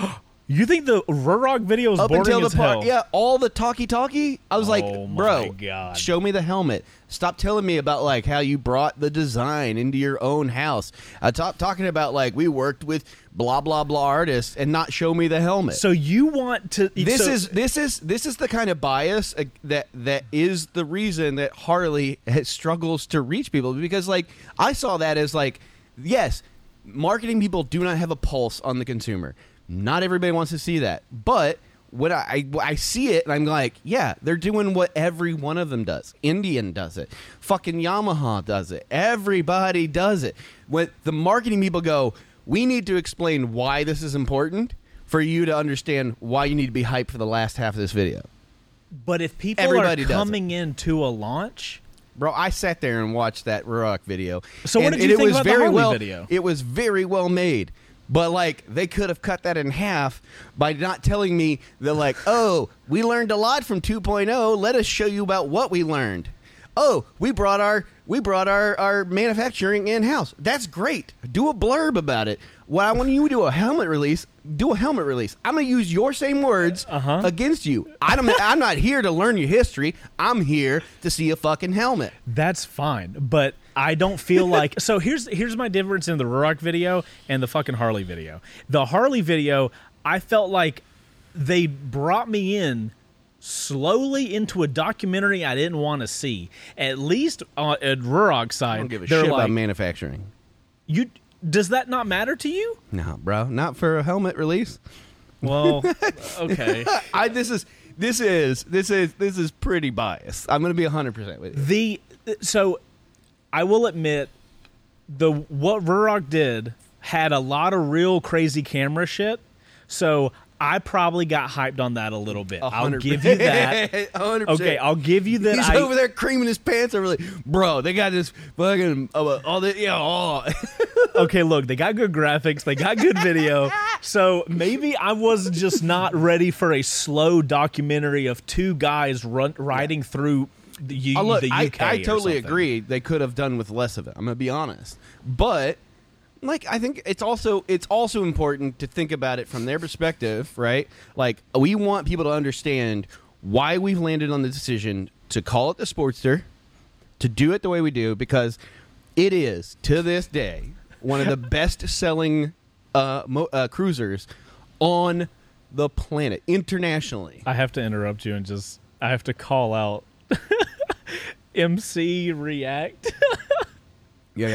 Speaker 1: you think the Rurok video is
Speaker 2: up
Speaker 1: boring
Speaker 2: until the
Speaker 1: as
Speaker 2: part,
Speaker 1: hell?
Speaker 2: yeah, all the talkie talkie. I was
Speaker 1: Oh
Speaker 2: like,
Speaker 1: my
Speaker 2: bro,
Speaker 1: God.
Speaker 2: show me the helmet. Stop telling me about like how you brought the design into your own house. I top talking about like we worked with blah blah blah artists and not show me the helmet.
Speaker 1: So you want to?
Speaker 2: this
Speaker 1: so-
Speaker 2: is this is this is the kind of bias uh, that that is the reason that Harley has- struggles to reach people because like I saw that as like yes, marketing people do not have a pulse on the consumer. Not everybody wants to see that, but when I, I I see it and I'm like, yeah, they're doing what every one of them does. Indian does it, fucking Yamaha does it, everybody does it. When the marketing people go, we need to explain why this is important for you to understand why you need to be hyped for the last half of this video.
Speaker 1: but if people
Speaker 2: everybody
Speaker 1: are
Speaker 2: does it.
Speaker 1: coming into a launch,
Speaker 2: Bro, I sat there and watched that Rurock video.
Speaker 1: So what
Speaker 2: and-
Speaker 1: did you
Speaker 2: and it
Speaker 1: think
Speaker 2: was
Speaker 1: about the
Speaker 2: very
Speaker 1: Harley
Speaker 2: well,
Speaker 1: video?
Speaker 2: It was very well made. But like they could have cut that in half by not telling me they're like, *laughs* "Oh, we learned a lot from 2.0. Let us show you about what we learned." Oh, we brought our we brought our our manufacturing in house. That's great. Do a blurb about it. What I want you to do a helmet release. Do a helmet release. I'm gonna use your same words
Speaker 1: Uh-huh.
Speaker 2: against you. I don't. I'm not here to learn your history. I'm here to see a fucking helmet.
Speaker 1: that's fine. But I
Speaker 2: *laughs*
Speaker 1: don't feel like so. Here's here's my difference in the Rurok video and the fucking Harley video. The Harley video, I felt like they brought me in slowly into a documentary I didn't want to see. At least on, at Rurok's side,
Speaker 2: I don't give a
Speaker 1: they're
Speaker 2: shit
Speaker 1: like,
Speaker 2: about manufacturing.
Speaker 1: you. Does that not matter to you?
Speaker 2: No, bro, not for a helmet release. *laughs*
Speaker 1: Well, okay.
Speaker 2: I this is this is this is this is pretty biased. I'm gonna be 100 percent with you.
Speaker 1: The so I will admit the what Rurok did had a lot of real crazy camera shit. So I probably got hyped on that a little bit. i will give you
Speaker 2: *laughs*
Speaker 1: that.
Speaker 2: 100%.
Speaker 1: *laughs* Okay, I'll give you that.
Speaker 2: He's
Speaker 1: I,
Speaker 2: over there creaming his pants over, like, bro. They got this fucking uh, all the yeah. All.
Speaker 1: okay, look, they got good graphics, they got good video.
Speaker 2: *laughs*
Speaker 1: So maybe I was just not ready for a slow documentary of two guys run, riding through the, U,
Speaker 2: Uh, look,
Speaker 1: the UK.
Speaker 2: I, I
Speaker 1: or
Speaker 2: totally
Speaker 1: something.
Speaker 2: agree. They could have done with less of it. I'm gonna be honest, but like I think it's also it's also important to think about it from their perspective, right? Like we want people to understand why we've landed on the decision to call it the Sportster, to do it the way we do, because it is to this day one
Speaker 1: *laughs*
Speaker 2: of the best selling uh, mo- uh, cruisers on the planet internationally.
Speaker 1: I have to interrupt you and just I have to call out *laughs* MC React. *laughs*
Speaker 2: Yeah,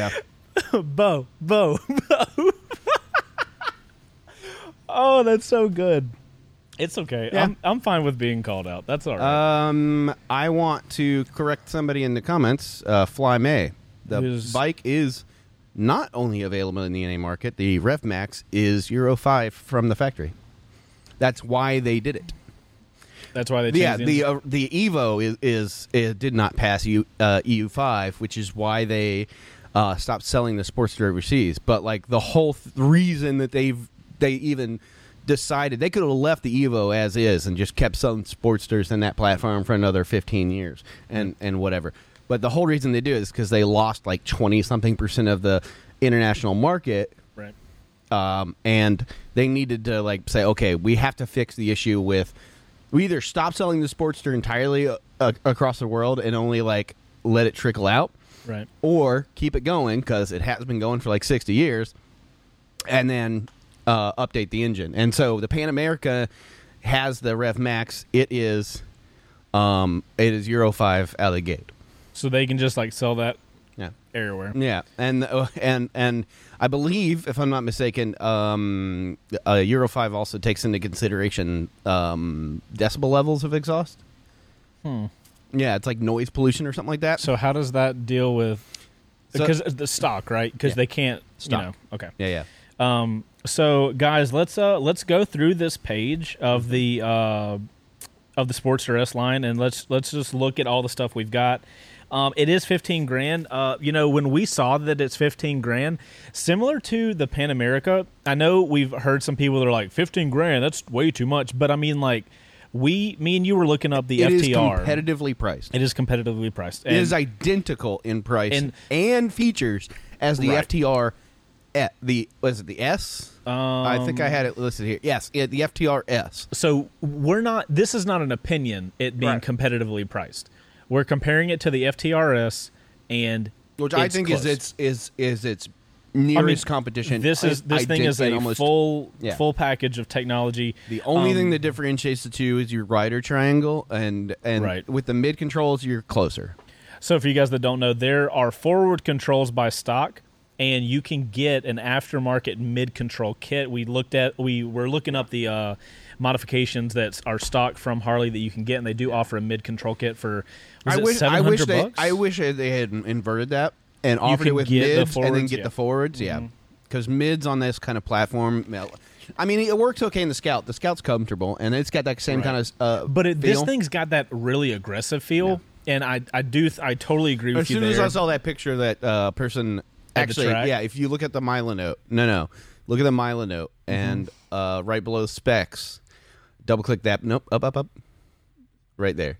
Speaker 2: yeah.
Speaker 1: Bo, Bo, Bo. *laughs* oh, that's so good. It's okay.
Speaker 2: Yeah.
Speaker 1: I'm I'm fine with being called out. That's all right.
Speaker 2: Um, I want to correct somebody in the comments. Uh, Fly May, the
Speaker 1: Who's-
Speaker 2: bike is not only available in the NA market. The RevMax is Euro five from the factory. That's why they did it.
Speaker 1: that's why they changed
Speaker 2: Yeah,
Speaker 1: the,
Speaker 2: the uh, the Evo is, is it did not pass EU uh, EU five, which is why they uh, stopped selling the Sportster overseas. But like the whole th- reason that they've they even decided they could have left the Evo as is and just kept selling Sportsters in that platform for another fifteen years and and whatever. But the whole reason they do is because they lost like twenty something percent of the international market
Speaker 1: right.
Speaker 2: um, and they needed to like say, okay, we have to fix the issue with we either stop selling the Sportster entirely uh, across the world and only like let it trickle out,
Speaker 1: Right.
Speaker 2: or keep it going because it has been going for like sixty years, and then uh, update the engine. And so the Pan America has the Rev Max. It is, um, it is Euro five out of the gate.
Speaker 1: So they can just like sell that
Speaker 2: Yeah.
Speaker 1: everywhere.
Speaker 2: Yeah, and *laughs* uh, and and I believe, if I'm not mistaken, um, uh, Euro Five also takes into consideration um, decibel levels of exhaust. Hmm. Yeah, it's like noise pollution or something like that.
Speaker 1: So how does that deal with
Speaker 2: So-
Speaker 1: because the stock, right? Because
Speaker 2: Yeah.
Speaker 1: they can't
Speaker 2: Stock.
Speaker 1: You know, okay.
Speaker 2: yeah, yeah.
Speaker 1: Um, so guys, let's uh let's go through this page
Speaker 2: Mm-hmm.
Speaker 1: of the uh of the Sportster S line and let's let's just look at all the stuff we've got. Um, it is fifteen grand. Uh, you know, when we saw that it's fifteen grand, similar to the Pan America. I know we've heard some people that are like fifteen grand. That's way too much. But I mean, like we, me and you were looking up the
Speaker 2: It is
Speaker 1: FTR.
Speaker 2: competitively priced.
Speaker 1: it is competitively priced.
Speaker 2: it is
Speaker 1: And-
Speaker 2: identical in price
Speaker 1: and-
Speaker 2: and, features as the
Speaker 1: Right.
Speaker 2: FTR. At eh, the was it the S? I think
Speaker 1: Um,
Speaker 2: I had it listed here. Yes, yeah, the FTR S.
Speaker 1: so we're not this is not an opinion it being
Speaker 2: Right.
Speaker 1: competitively priced we're comparing it to the ftrs and
Speaker 2: which
Speaker 1: it's
Speaker 2: I think
Speaker 1: close.
Speaker 2: is its is is its nearest competition.
Speaker 1: this is this thing is
Speaker 2: identical
Speaker 1: a
Speaker 2: almost-
Speaker 1: full
Speaker 2: yeah.
Speaker 1: full package of technology
Speaker 2: The only
Speaker 1: Um,
Speaker 2: thing that differentiates the two is your rider triangle, and and
Speaker 1: Right.
Speaker 2: with the mid controls you're closer.
Speaker 1: so for you guys that don't know there are forward controls by stock and you can get an aftermarket mid control kit we looked at we were looking up the uh, modifications that are stock from harley that you can get and they do offer a mid control kit for was
Speaker 2: I
Speaker 1: it
Speaker 2: wish I
Speaker 1: 700
Speaker 2: wish they
Speaker 1: bucks?
Speaker 2: I wish that they had inverted that and offered
Speaker 1: can
Speaker 2: it with
Speaker 1: get the
Speaker 2: mids and then
Speaker 1: forwards,
Speaker 2: get
Speaker 1: yeah. Mm-hmm.
Speaker 2: the forwards. Yeah, because mids on this kind of platform. well, I mean, it works okay in the Scout. The Scout's comfortable, and it's got that same kind of. Uh,
Speaker 1: But it, this
Speaker 2: feel.
Speaker 1: thing's got that really aggressive feel, and I I do I totally agree with
Speaker 2: As
Speaker 1: you
Speaker 2: soon
Speaker 1: there.
Speaker 2: as I saw that picture of that uh, person,
Speaker 1: the
Speaker 2: actually,
Speaker 1: track?
Speaker 2: yeah. If you look at the Milo note, no, no, look at the Milo note,
Speaker 1: Mm-hmm.
Speaker 2: and uh, right below specs, double click that. Nope, up, up, up, right there.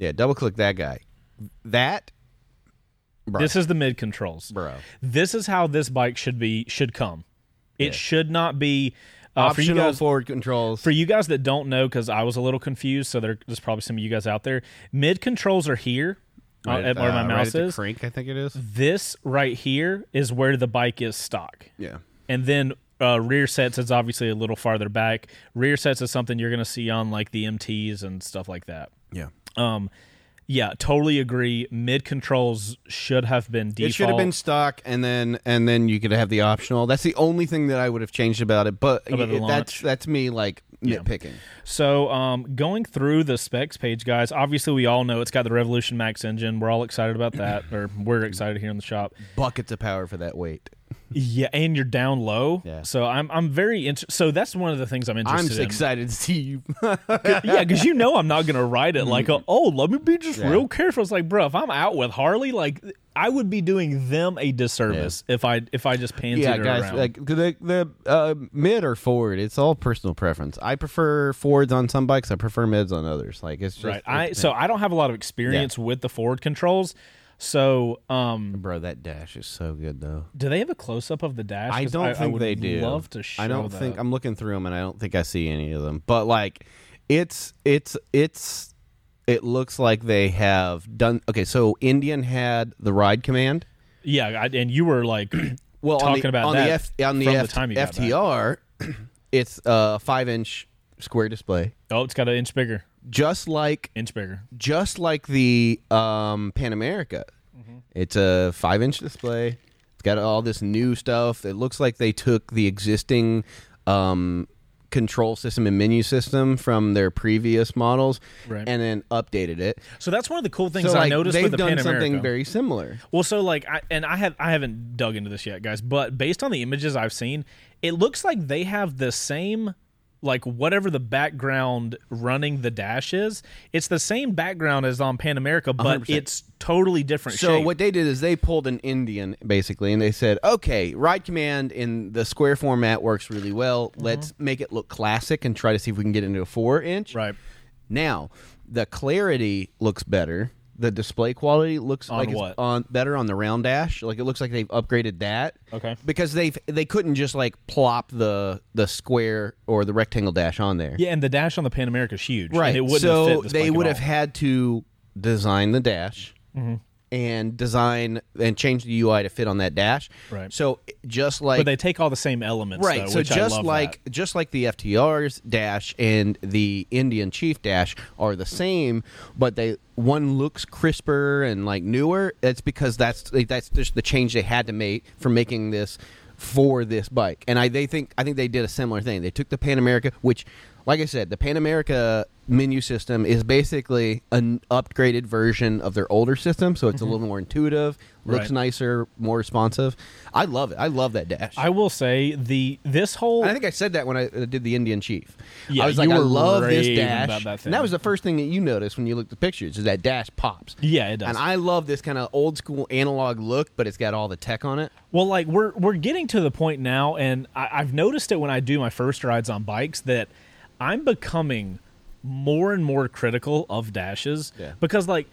Speaker 2: Yeah, double click that guy. That, bro,
Speaker 1: this is the mid controls,
Speaker 2: bro.
Speaker 1: This is how this bike should be should come. It
Speaker 2: Yeah.
Speaker 1: should not be uh, for you
Speaker 2: Optional
Speaker 1: guys.
Speaker 2: forward controls.
Speaker 1: For you guys that don't know, because I was a little confused, so there, there's probably some of you guys out there. Mid controls are here, uh,
Speaker 2: Right,
Speaker 1: at where my
Speaker 2: uh, right
Speaker 1: mouse
Speaker 2: at the
Speaker 1: is.
Speaker 2: crank, I think it is.
Speaker 1: This right here is where the bike is stock.
Speaker 2: Yeah.
Speaker 1: and then uh, rear sets is obviously a little farther back. Rear sets is something you're going to see on like the MTs and stuff like that.
Speaker 2: Yeah.
Speaker 1: Um, yeah, totally agree. Mid controls should have been default.
Speaker 2: It should have been stock, and then and then you could have the optional. That's the only thing that I would have changed about it. But
Speaker 1: About the
Speaker 2: it-
Speaker 1: launch.
Speaker 2: that's that's me like nitpicking.
Speaker 1: so. Um, going through the specs page, guys. Obviously, we all know it's got the Revolution Max engine. We're all excited about that, or we're excited here in the shop.
Speaker 2: Buckets of power for that weight.
Speaker 1: Yeah, and you're down low.
Speaker 2: Yeah.
Speaker 1: So I'm I'm very inter- so that's one of the things I'm
Speaker 2: I'm
Speaker 1: interested in.
Speaker 2: excited to
Speaker 1: *laughs*
Speaker 2: see you.
Speaker 1: yeah, because you know I'm not gonna ride
Speaker 2: *laughs*
Speaker 1: it like a, oh, let me be just
Speaker 2: Mm. Yeah.
Speaker 1: real careful. It's like, bro, if I'm out with Harley, like I would be doing them a disservice if I if I just pansied
Speaker 2: yeah,
Speaker 1: her
Speaker 2: guys,
Speaker 1: around.
Speaker 2: like the the uh, mid or forward, it's all personal preference. I prefer forwards on some bikes. I prefer mids on others. Like it's just
Speaker 1: right. I so I don't have a lot of experience with the forward controls. So, um,
Speaker 2: bro, that dash is so good though.
Speaker 1: do they have a close up of the dash?
Speaker 2: I
Speaker 1: 'Cause
Speaker 2: don't think
Speaker 1: would
Speaker 2: they do.
Speaker 1: Love to show
Speaker 2: I don't think
Speaker 1: that.
Speaker 2: I'm looking through them, and I don't think I see any of them. But like, it's it's it's it looks like they have done. Okay, so Indian had the ride command.
Speaker 1: yeah, I, and you were like, *clears throat*
Speaker 2: well on
Speaker 1: talking
Speaker 2: the,
Speaker 1: about
Speaker 2: on
Speaker 1: that
Speaker 2: the F, on the,
Speaker 1: from
Speaker 2: F,
Speaker 1: the time you got back.
Speaker 2: FTR, *clears throat* it's a five inch square display,
Speaker 1: oh, it's got an inch bigger,
Speaker 2: just like
Speaker 1: inch bigger.
Speaker 2: just like the um, Pan America.
Speaker 1: Mm-hmm.
Speaker 2: It's a five inch display. It's got all this new stuff. It looks like they took the existing um, control system and menu system from their previous models
Speaker 1: Right.
Speaker 2: and then updated it.
Speaker 1: So that's one of the cool things
Speaker 2: so
Speaker 1: I
Speaker 2: like,
Speaker 1: noticed
Speaker 2: they've
Speaker 1: with the
Speaker 2: done
Speaker 1: Pan
Speaker 2: something
Speaker 1: America.
Speaker 2: very similar.
Speaker 1: Well, so like, I, and I have I haven't dug into this yet, guys. But based on the images I've seen, it looks like they have the same, like whatever the background running the dash is. It's the same background as on Pan America, but
Speaker 2: 100%.
Speaker 1: it's totally different.
Speaker 2: So
Speaker 1: shape.
Speaker 2: what they did is they pulled an Indian basically, and they said, "Okay, ride command in the square format works really well.
Speaker 1: Mm-hmm.
Speaker 2: Let's make it look classic and try to see if we can get into a four inch."
Speaker 1: Right.
Speaker 2: now, the clarity looks better. The display quality looks like
Speaker 1: what?
Speaker 2: it's on better on the round dash. Like it looks like they've upgraded that.
Speaker 1: Okay.
Speaker 2: because they they couldn't just like plop the the square or the rectangle dash on there.
Speaker 1: Yeah, and the dash on the Pan America is huge.
Speaker 2: Right.
Speaker 1: And it wouldn't
Speaker 2: so
Speaker 1: have fit this
Speaker 2: they
Speaker 1: bike at
Speaker 2: would
Speaker 1: all. Mm-hmm.
Speaker 2: have had to design the dash and design and change the UI to fit on that dash.
Speaker 1: Right.
Speaker 2: So just like
Speaker 1: But they take all the same elements,
Speaker 2: right.
Speaker 1: Though,
Speaker 2: so
Speaker 1: which I
Speaker 2: just
Speaker 1: love
Speaker 2: like just like the FTR's dash and the Indian Chief dash are the same, but they one looks crisper and like newer. It's because that's like, that's just the change they had to make for making this for this bike. And I they think I think they did a similar thing. They took the Pan America, which like I said, the Pan America menu system is basically an upgraded version of their older system, so it's a little more intuitive, looks
Speaker 1: Mm-hmm. Right.
Speaker 2: nicer, more responsive. I love it. I love that dash.
Speaker 1: I will say the this whole
Speaker 2: I think I said that when I uh, did the Indian Chief.
Speaker 1: Yeah,
Speaker 2: I was like,
Speaker 1: you
Speaker 2: I
Speaker 1: were
Speaker 2: love this
Speaker 1: raving
Speaker 2: dash.
Speaker 1: about that
Speaker 2: and that
Speaker 1: thing.
Speaker 2: was the first thing that you noticed when you looked at pictures is that dash pops.
Speaker 1: yeah, it does.
Speaker 2: And I love this kind of old school analog look, but it's got all the tech on it.
Speaker 1: Well, like we're we're getting to the point now, and I, I've noticed it when I do my first rides on bikes that I'm becoming more and more critical of dashes
Speaker 2: Yeah.
Speaker 1: because, like,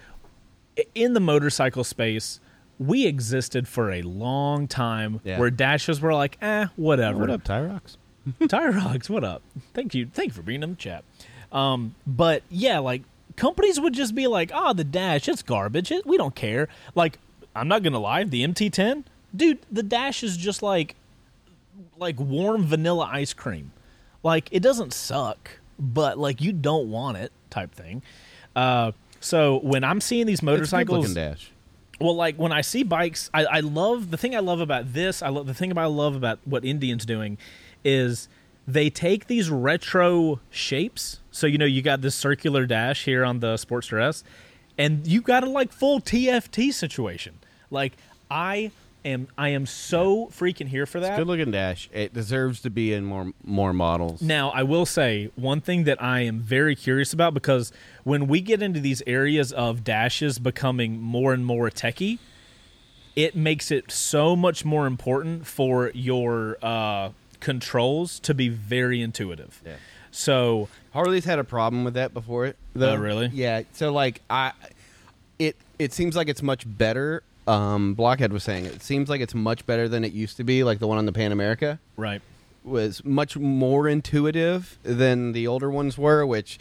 Speaker 1: i- in the motorcycle space, we existed for a long time
Speaker 2: Yeah.
Speaker 1: where dashes were like, eh, whatever.
Speaker 2: Tyrox?
Speaker 1: *laughs* Tire Rocks, what up? Thank you. Thank you for being them, chap. Um, but yeah, like companies would just be like, ah, the dash, it's garbage. It, we don't care. Like, I'm not gonna lie, the MT10, dude, the dash is just like, like warm vanilla ice cream. Like, it doesn't suck, but like you don't want it, type thing. Uh, so when I'm seeing these
Speaker 2: It's a good
Speaker 1: motorcycles,
Speaker 2: looking dash.
Speaker 1: well, like when I see bikes, I, I love the thing I love about this. I love the thing I love about what Indians doing is they take these retro shapes. So you know you got this circular dash here on the Sportster S, and you got a like full TFT situation. Like I am, I am so freaking here for that.
Speaker 2: Good looking dash. It deserves to be in more more models.
Speaker 1: Now, I will say one thing that I am very curious about because when we get into these areas of dashes becoming more and more techie, it makes it so much more important for your uh, controls to be very intuitive.
Speaker 2: Yeah.
Speaker 1: So,
Speaker 2: Harley's had a problem with that before it. Though.
Speaker 1: Oh, really?
Speaker 2: Yeah. So like I, it it seems like it's much better. Um, Blockhead was saying it seems like it's much better than it used to be. Like the one on the Pan America
Speaker 1: right.
Speaker 2: was much more intuitive than the older ones were. Which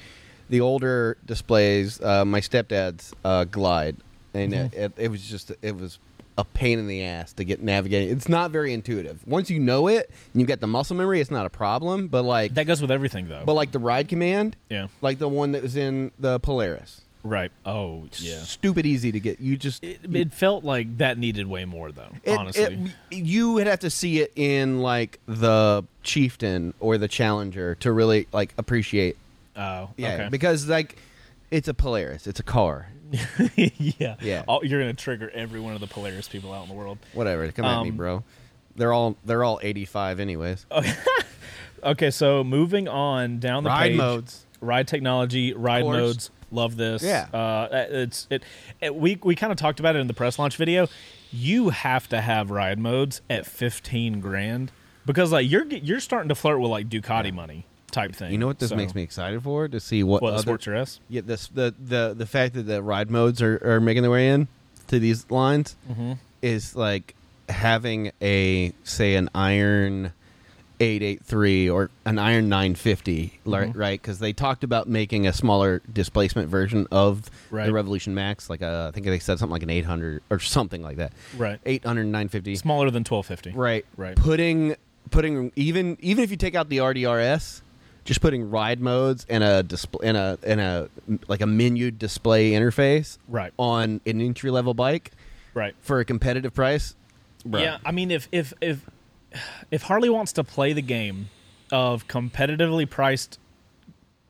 Speaker 2: the older displays, uh, my stepdad's uh, Glide, and it,
Speaker 1: Mm-hmm.
Speaker 2: it, it was just it was a pain in the ass to get navigating. It's not very intuitive. Once you know it and you've got the muscle memory, it's not a problem. But like
Speaker 1: That goes with everything, though.
Speaker 2: but like the ride command,
Speaker 1: Yeah.
Speaker 2: like the one that was in the Polaris,
Speaker 1: right. Oh, yeah.
Speaker 2: stupid easy to get. You just
Speaker 1: It, it felt like that needed way more, though,
Speaker 2: it-
Speaker 1: honestly.
Speaker 2: it- you would have to see it in like the Chieftain or the Challenger to really like appreciate.
Speaker 1: oh,
Speaker 2: Yeah,
Speaker 1: okay.
Speaker 2: because like it's a Polaris, it's a car,
Speaker 1: *laughs* yeah.
Speaker 2: Yeah.
Speaker 1: Oh, you're going to trigger every one of the Polaris people out in the world.
Speaker 2: whatever. Come at me,
Speaker 1: Um, Uh,
Speaker 2: bro. They're all they're all eighty five anyways.
Speaker 1: Okay, so moving on down the
Speaker 2: Ride
Speaker 1: page,
Speaker 2: modes.
Speaker 1: ride technology, ride
Speaker 2: course.
Speaker 1: modes. Love this.
Speaker 2: Yeah.
Speaker 1: uh, it's it, it. We we kind of talked about it in the press launch video. You have to have ride modes at fifteen grand because like you're get- you're starting to flirt with like Ducati money type thing.
Speaker 2: you know what this
Speaker 1: So-
Speaker 2: makes me excited for to see what,
Speaker 1: What the
Speaker 2: other-
Speaker 1: Sportster S?
Speaker 2: Yeah, this the the the fact that the ride modes are, are making their way in to these lines
Speaker 1: Mm-hmm.
Speaker 2: is like having a say an iron eight eight three or an iron nine fifty,
Speaker 1: Mm-hmm.
Speaker 2: right? Because they talked about making a smaller displacement version of
Speaker 1: Right.
Speaker 2: the Revolution Max, like uh, I think they said something like an eight hundred or something like that.
Speaker 1: Right.
Speaker 2: 800, 950.
Speaker 1: Smaller than twelve fifty.
Speaker 2: Right.
Speaker 1: Right.
Speaker 2: Putting putting even even if you take out the RDRS, just putting ride modes and a display and a and a like a menu display interface
Speaker 1: Right.
Speaker 2: on an entry level bike
Speaker 1: Right.
Speaker 2: for a competitive price. bruh.
Speaker 1: Yeah, I mean, if if if if Harley wants to play the game of competitively priced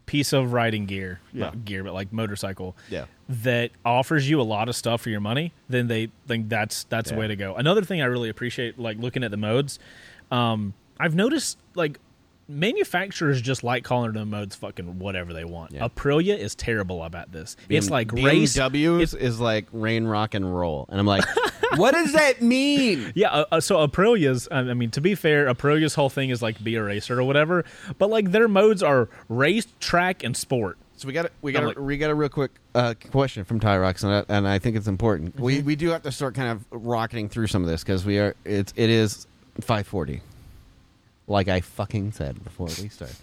Speaker 1: piece of riding gear,
Speaker 2: Yeah.
Speaker 1: not gear, but like motorcycle,
Speaker 2: Yeah.
Speaker 1: that offers you a lot of stuff for your money, then they think that's that's the
Speaker 2: Yeah.
Speaker 1: way to go. Another thing I really appreciate, like looking at the modes, um, I've noticed like manufacturers just like calling their modes fucking whatever they want.
Speaker 2: Yeah.
Speaker 1: Aprilia is terrible about this. it's
Speaker 2: BM-
Speaker 1: like race
Speaker 2: BMWs is like rain, rock, and roll, and I'm like, *laughs* what does that mean?
Speaker 1: Yeah, uh, uh, so Aprilia's, I I mean, to be fair, Aprilia's whole thing is like be a racer or whatever, but like their modes are race, track, and sport.
Speaker 2: So we got we got
Speaker 1: I'm like-
Speaker 2: we got a real quick uh, question from Tyrox, and I, and I think it's important. We
Speaker 1: Mm-hmm.
Speaker 2: we do have to start kind of rocketing through some of this because we are it's it is five forty, like I fucking said before we started.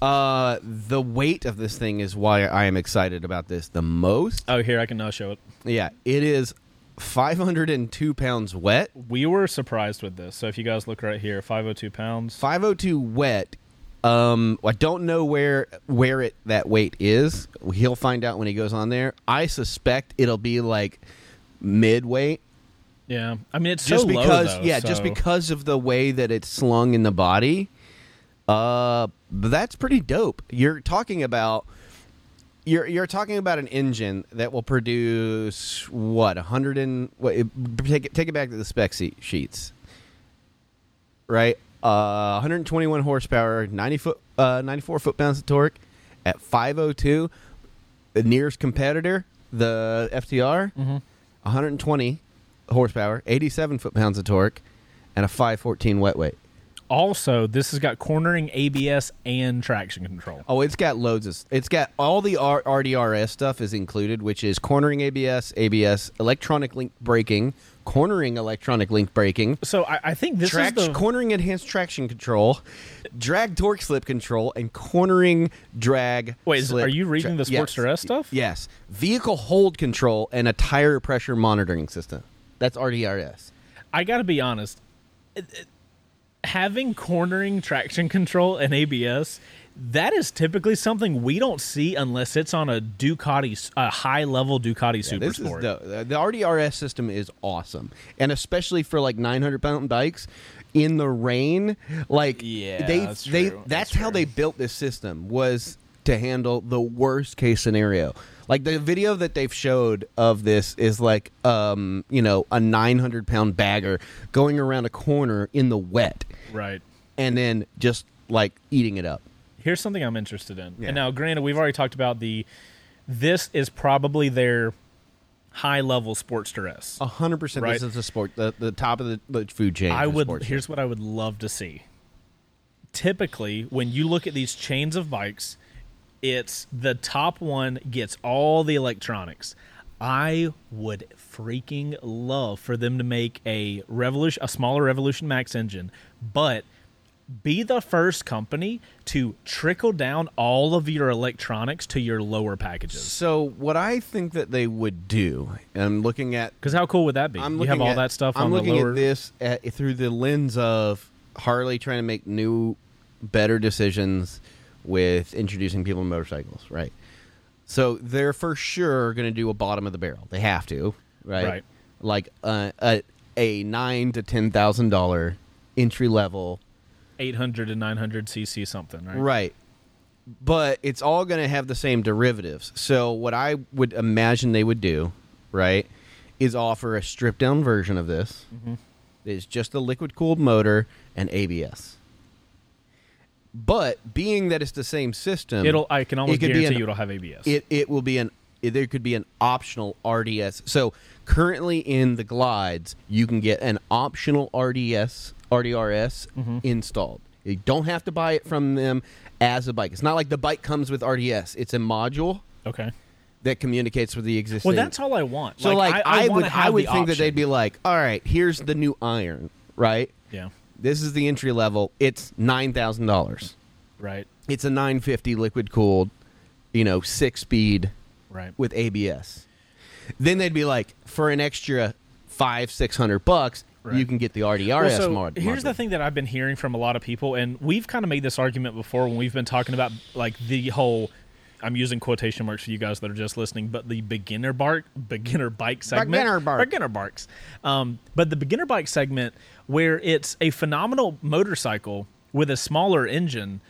Speaker 2: Uh, the weight of this thing is why I am excited about this the most.
Speaker 1: Oh, here, I can now show it.
Speaker 2: Yeah, it is five hundred and two pounds wet,
Speaker 1: We were surprised with this. So if you guys look right here, 502 pounds.
Speaker 2: five hundred two wet. Um, I don't know where where it that weight is. He'll find out when he goes on there. I suspect it'll be like mid weight,
Speaker 1: Yeah. I mean, it's
Speaker 2: just
Speaker 1: so
Speaker 2: because
Speaker 1: low. Though,
Speaker 2: yeah, just
Speaker 1: so-
Speaker 2: because of the way that it's slung in the body. Uh, but that's pretty dope. You're talking about you're you're talking about an engine that will produce what a hundred and what it, take it take it back to the spec se- sheets, right? Uh, 121 horsepower, 90 foot, uh, 94 foot pounds of torque, at 502. The nearest competitor, the FTR, 120 horsepower, 87 foot pounds of torque, and a 514 wet weight.
Speaker 1: Also, this has got cornering, ABS, and traction control.
Speaker 2: Oh, it's got loads of. It's got all the R- RDRS stuff is included, which is cornering ABS, ABS, electronic link braking, cornering electronic link braking,
Speaker 1: So I, I think this
Speaker 2: tract-
Speaker 1: is the
Speaker 2: cornering enhanced traction control, drag torque slip control, and cornering drag.
Speaker 1: Wait, is-
Speaker 2: slip
Speaker 1: are you reading the
Speaker 2: yes.
Speaker 1: Sportster S stuff?
Speaker 2: Yes, vehicle hold control and a tire pressure monitoring system. That's RDRS.
Speaker 1: I got to be honest. It- it- having cornering traction control and ABS, that is typically something we don't see unless it's on a Ducati, s- a high level Ducati Super
Speaker 2: This is
Speaker 1: Sport.
Speaker 2: dope. the, the RDRS system is awesome, and especially for like 900 pound bikes in the rain. Like,
Speaker 4: Yeah,
Speaker 2: they
Speaker 4: that's
Speaker 2: they
Speaker 4: true.
Speaker 2: that's,
Speaker 4: That's
Speaker 2: how they built this system was to handle the worst case scenario. Like the video that they've showed of this is like, um, you know, a 900 pound bagger going around a corner in the wet,
Speaker 1: Right.
Speaker 2: and then just like eating it up.
Speaker 1: here's something I'm interested in. And now, granted, we've already talked about the. This is probably their high level Sportster S. I
Speaker 2: A hundred percent.
Speaker 1: Right.
Speaker 2: This is the sport, the, the top of the, the food chain. for
Speaker 1: would.
Speaker 2: sports.
Speaker 1: Here's what I would love to see. Typically, when you look at these chains of bikes, it's the top one gets all the electronics. I would freaking love for them to make a revolution, a smaller Revolution Max engine, but be the first company to trickle down all of your electronics to your lower packages.
Speaker 2: So what I think that they would do, and I'm looking at,
Speaker 1: Because how cool would that be?
Speaker 2: I'm
Speaker 1: you
Speaker 2: looking
Speaker 1: have all
Speaker 2: at-
Speaker 1: that stuff
Speaker 2: I'm
Speaker 1: on
Speaker 2: looking
Speaker 1: the lower.
Speaker 2: at this at, through the lens of Harley trying to make new, better decisions with introducing people to motorcycles, right? So they're for sure going to do a bottom of the barrel. They have to, right?
Speaker 1: Right.
Speaker 2: Like uh, a a nine to ten thousand dollar entry level
Speaker 1: 800 to 900 cc something, right?
Speaker 2: Right. But it's all going to have the same derivatives. So what I would imagine they would do, right, is offer a stripped down version of this.
Speaker 1: Mm-hmm.
Speaker 2: It's just a liquid cooled motor and ABS. But being that it's the same system,
Speaker 1: It'll. I can almost
Speaker 2: it could be
Speaker 1: guarantee
Speaker 2: an-
Speaker 1: you it'll have ABS.
Speaker 2: it it will be an it- there could be an optional RDS. So currently in the glides, you can get an optional RDS RDRS
Speaker 1: Mm-hmm.
Speaker 2: installed. You don't have to buy it from them as a bike. It's not like the bike comes with RDS. It's a module
Speaker 1: okay.
Speaker 2: that communicates with the existing.
Speaker 1: Well, that's all I want.
Speaker 2: so like, I,
Speaker 1: wanna
Speaker 2: would
Speaker 1: have
Speaker 2: I would
Speaker 1: the
Speaker 2: think that they'd
Speaker 1: option.
Speaker 2: be like, all right, here's the new iron, right?
Speaker 1: Yeah.
Speaker 2: This is the entry level. It's nine thousand dollars.
Speaker 1: Right.
Speaker 2: It's a nine fifty liquid cooled, you know, six speed
Speaker 1: Right.
Speaker 2: with ABS. Then they'd be like, for an extra five, six hundred bucks, you
Speaker 1: Right.
Speaker 2: can get the RDRS
Speaker 1: Well, so
Speaker 2: mod.
Speaker 1: Here's the
Speaker 2: module.
Speaker 1: thing that I've been hearing from a lot of people, and we've kind of made this argument before when we've been talking about like the whole. I'm using quotation marks for you guys that are just listening, but the beginner bark, beginner bike segment,
Speaker 2: Beginner bark.
Speaker 1: beginner barks, um, but the beginner bike segment where it's a phenomenal motorcycle with a smaller engine.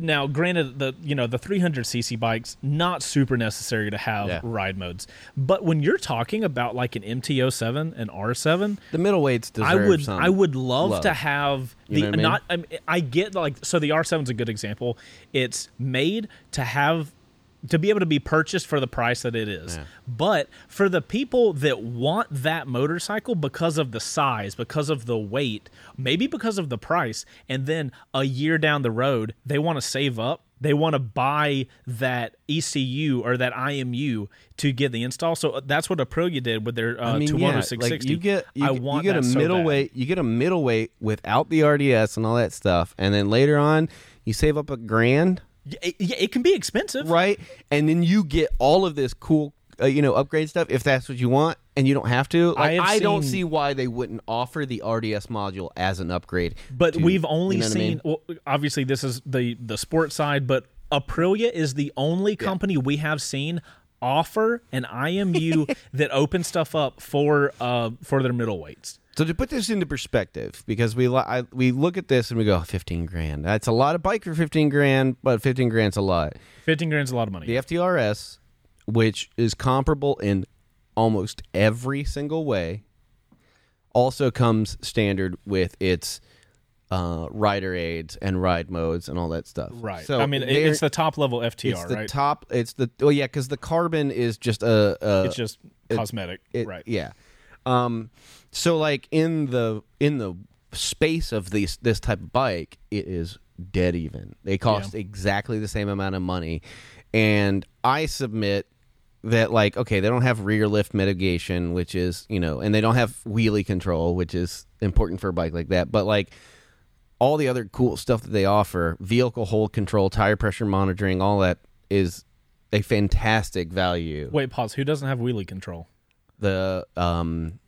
Speaker 1: Now, granted, the you know the 300 cc bikes not super necessary to have
Speaker 2: Yeah.
Speaker 1: ride modes, but when youyou're talking about like an MT07, an R7,
Speaker 2: The middleweights deserve
Speaker 1: I would
Speaker 2: some
Speaker 1: I would love, to have
Speaker 2: You
Speaker 1: the
Speaker 2: know what I mean?
Speaker 1: not I, mean, I get like so the R7 is a good example. It's made to have to be able to be purchased for the price that it is. But for the people that want that motorcycle because of the size, because of the weight, maybe because of the price, and then a year down the road they want to save up they want to buy that ECU or that IMU to get the install. So uh, that's what Aprilia did with their uh,
Speaker 2: I mean, yeah,
Speaker 1: Tuono
Speaker 2: like,
Speaker 1: 660.
Speaker 2: you get you,
Speaker 1: I
Speaker 2: get- you
Speaker 1: want
Speaker 2: get
Speaker 1: that
Speaker 2: a
Speaker 1: so bad.
Speaker 2: middleweight you get a middleweight without the RDS and all that stuff, and then later on you save up a grand,
Speaker 1: Yeah, It, yeah, it can be expensive.
Speaker 2: right? And then you get all of this cool, uh, you know, upgrade stuff if that's what you want, and you don't have to.
Speaker 1: I
Speaker 2: Like,
Speaker 1: have
Speaker 2: I, don't
Speaker 1: seen-
Speaker 2: see why they wouldn't offer the RDS module as an upgrade.
Speaker 1: But
Speaker 2: to-
Speaker 1: we've only
Speaker 2: you know what I
Speaker 1: seen.
Speaker 2: mean?
Speaker 1: Well, obviously, this is the the sports side, but Aprilia is the only company we have seen
Speaker 2: *laughs*
Speaker 1: offer an IMU that opens stuff up for uh for their middleweights.
Speaker 2: So to put this into perspective, because we li- I, we look at this and we go, 15 grand. That's a lot of bike for 15 grand, but 15 grand's a lot.
Speaker 1: Fifteen grand's a lot of money.
Speaker 2: The FTRS, which is comparable in almost every single way, also comes standard with its uh, rider aids and ride modes and all that stuff.
Speaker 1: Right.
Speaker 2: So
Speaker 1: I mean, it-
Speaker 2: there-
Speaker 1: it's the top level FTR,
Speaker 2: it's the
Speaker 1: right?
Speaker 2: top. It's the oh yeah, because the carbon is just a, a
Speaker 1: it's just cosmetic,
Speaker 2: it-
Speaker 1: right?
Speaker 2: Yeah. Um, so like in the in the space of these this type of bike, it is dead even. They cost exactly the same amount of money, and I submit that like okay, they don't have rear lift mitigation, which is you know, and they don't have wheelie control, which is important for a bike like that. But like all the other cool stuff that they offer, vehicle hold control, tire pressure monitoring, all that is a fantastic value
Speaker 1: Wait, pause. Who doesn't have wheelie control?
Speaker 2: the um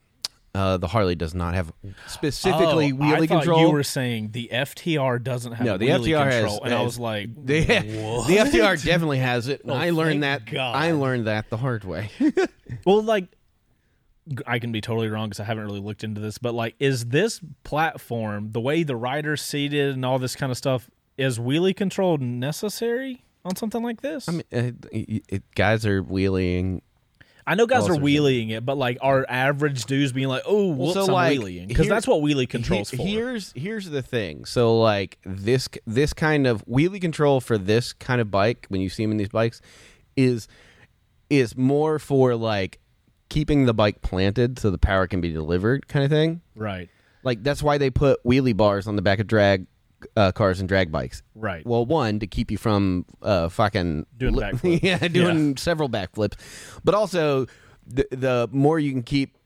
Speaker 2: uh the Harley does not have specifically
Speaker 1: Oh, I
Speaker 2: wheelie
Speaker 1: thought
Speaker 2: control.
Speaker 1: You were saying the FTR doesn't have
Speaker 2: no, the
Speaker 1: wheelie
Speaker 2: FTR
Speaker 1: control,
Speaker 2: has,
Speaker 1: and I
Speaker 2: has-
Speaker 1: was like,
Speaker 2: *laughs* the, the FTR definitely has it. And I learned
Speaker 1: Oh, thank
Speaker 2: that.
Speaker 1: God.
Speaker 2: I learned that the hard way. *laughs* Uh,
Speaker 1: well, like, I can be totally wrong because I haven't really looked into this, but like, is this platform the way the rider's seated and all this kind of stuff? Is wheelie control necessary on something like this? I mean,
Speaker 2: Uh, it- it- guys are wheeling.
Speaker 1: I know guys
Speaker 2: Well,
Speaker 1: are
Speaker 2: it's-
Speaker 1: wheeling it, but like, are average dudes being like, "Oh, whoops,
Speaker 2: so,
Speaker 1: I'm
Speaker 2: like,
Speaker 1: wheeling," because
Speaker 2: here-
Speaker 1: that's what wheelie controls
Speaker 2: He-
Speaker 1: for.
Speaker 2: Here's here's the thing. So like this this kind of wheelie control for this kind of bike when you see them in these bikes is is more for like keeping the bike planted so the power can be delivered kind of thing.
Speaker 1: right,
Speaker 2: Like that's why they put wheelie bars on the back of drag uh, cars and drag bikes.
Speaker 1: right.
Speaker 2: Well, one to keep you from uh, fucking
Speaker 1: Doing backflips.
Speaker 2: *laughs* yeah, doing several backflips, but also the the more you can keep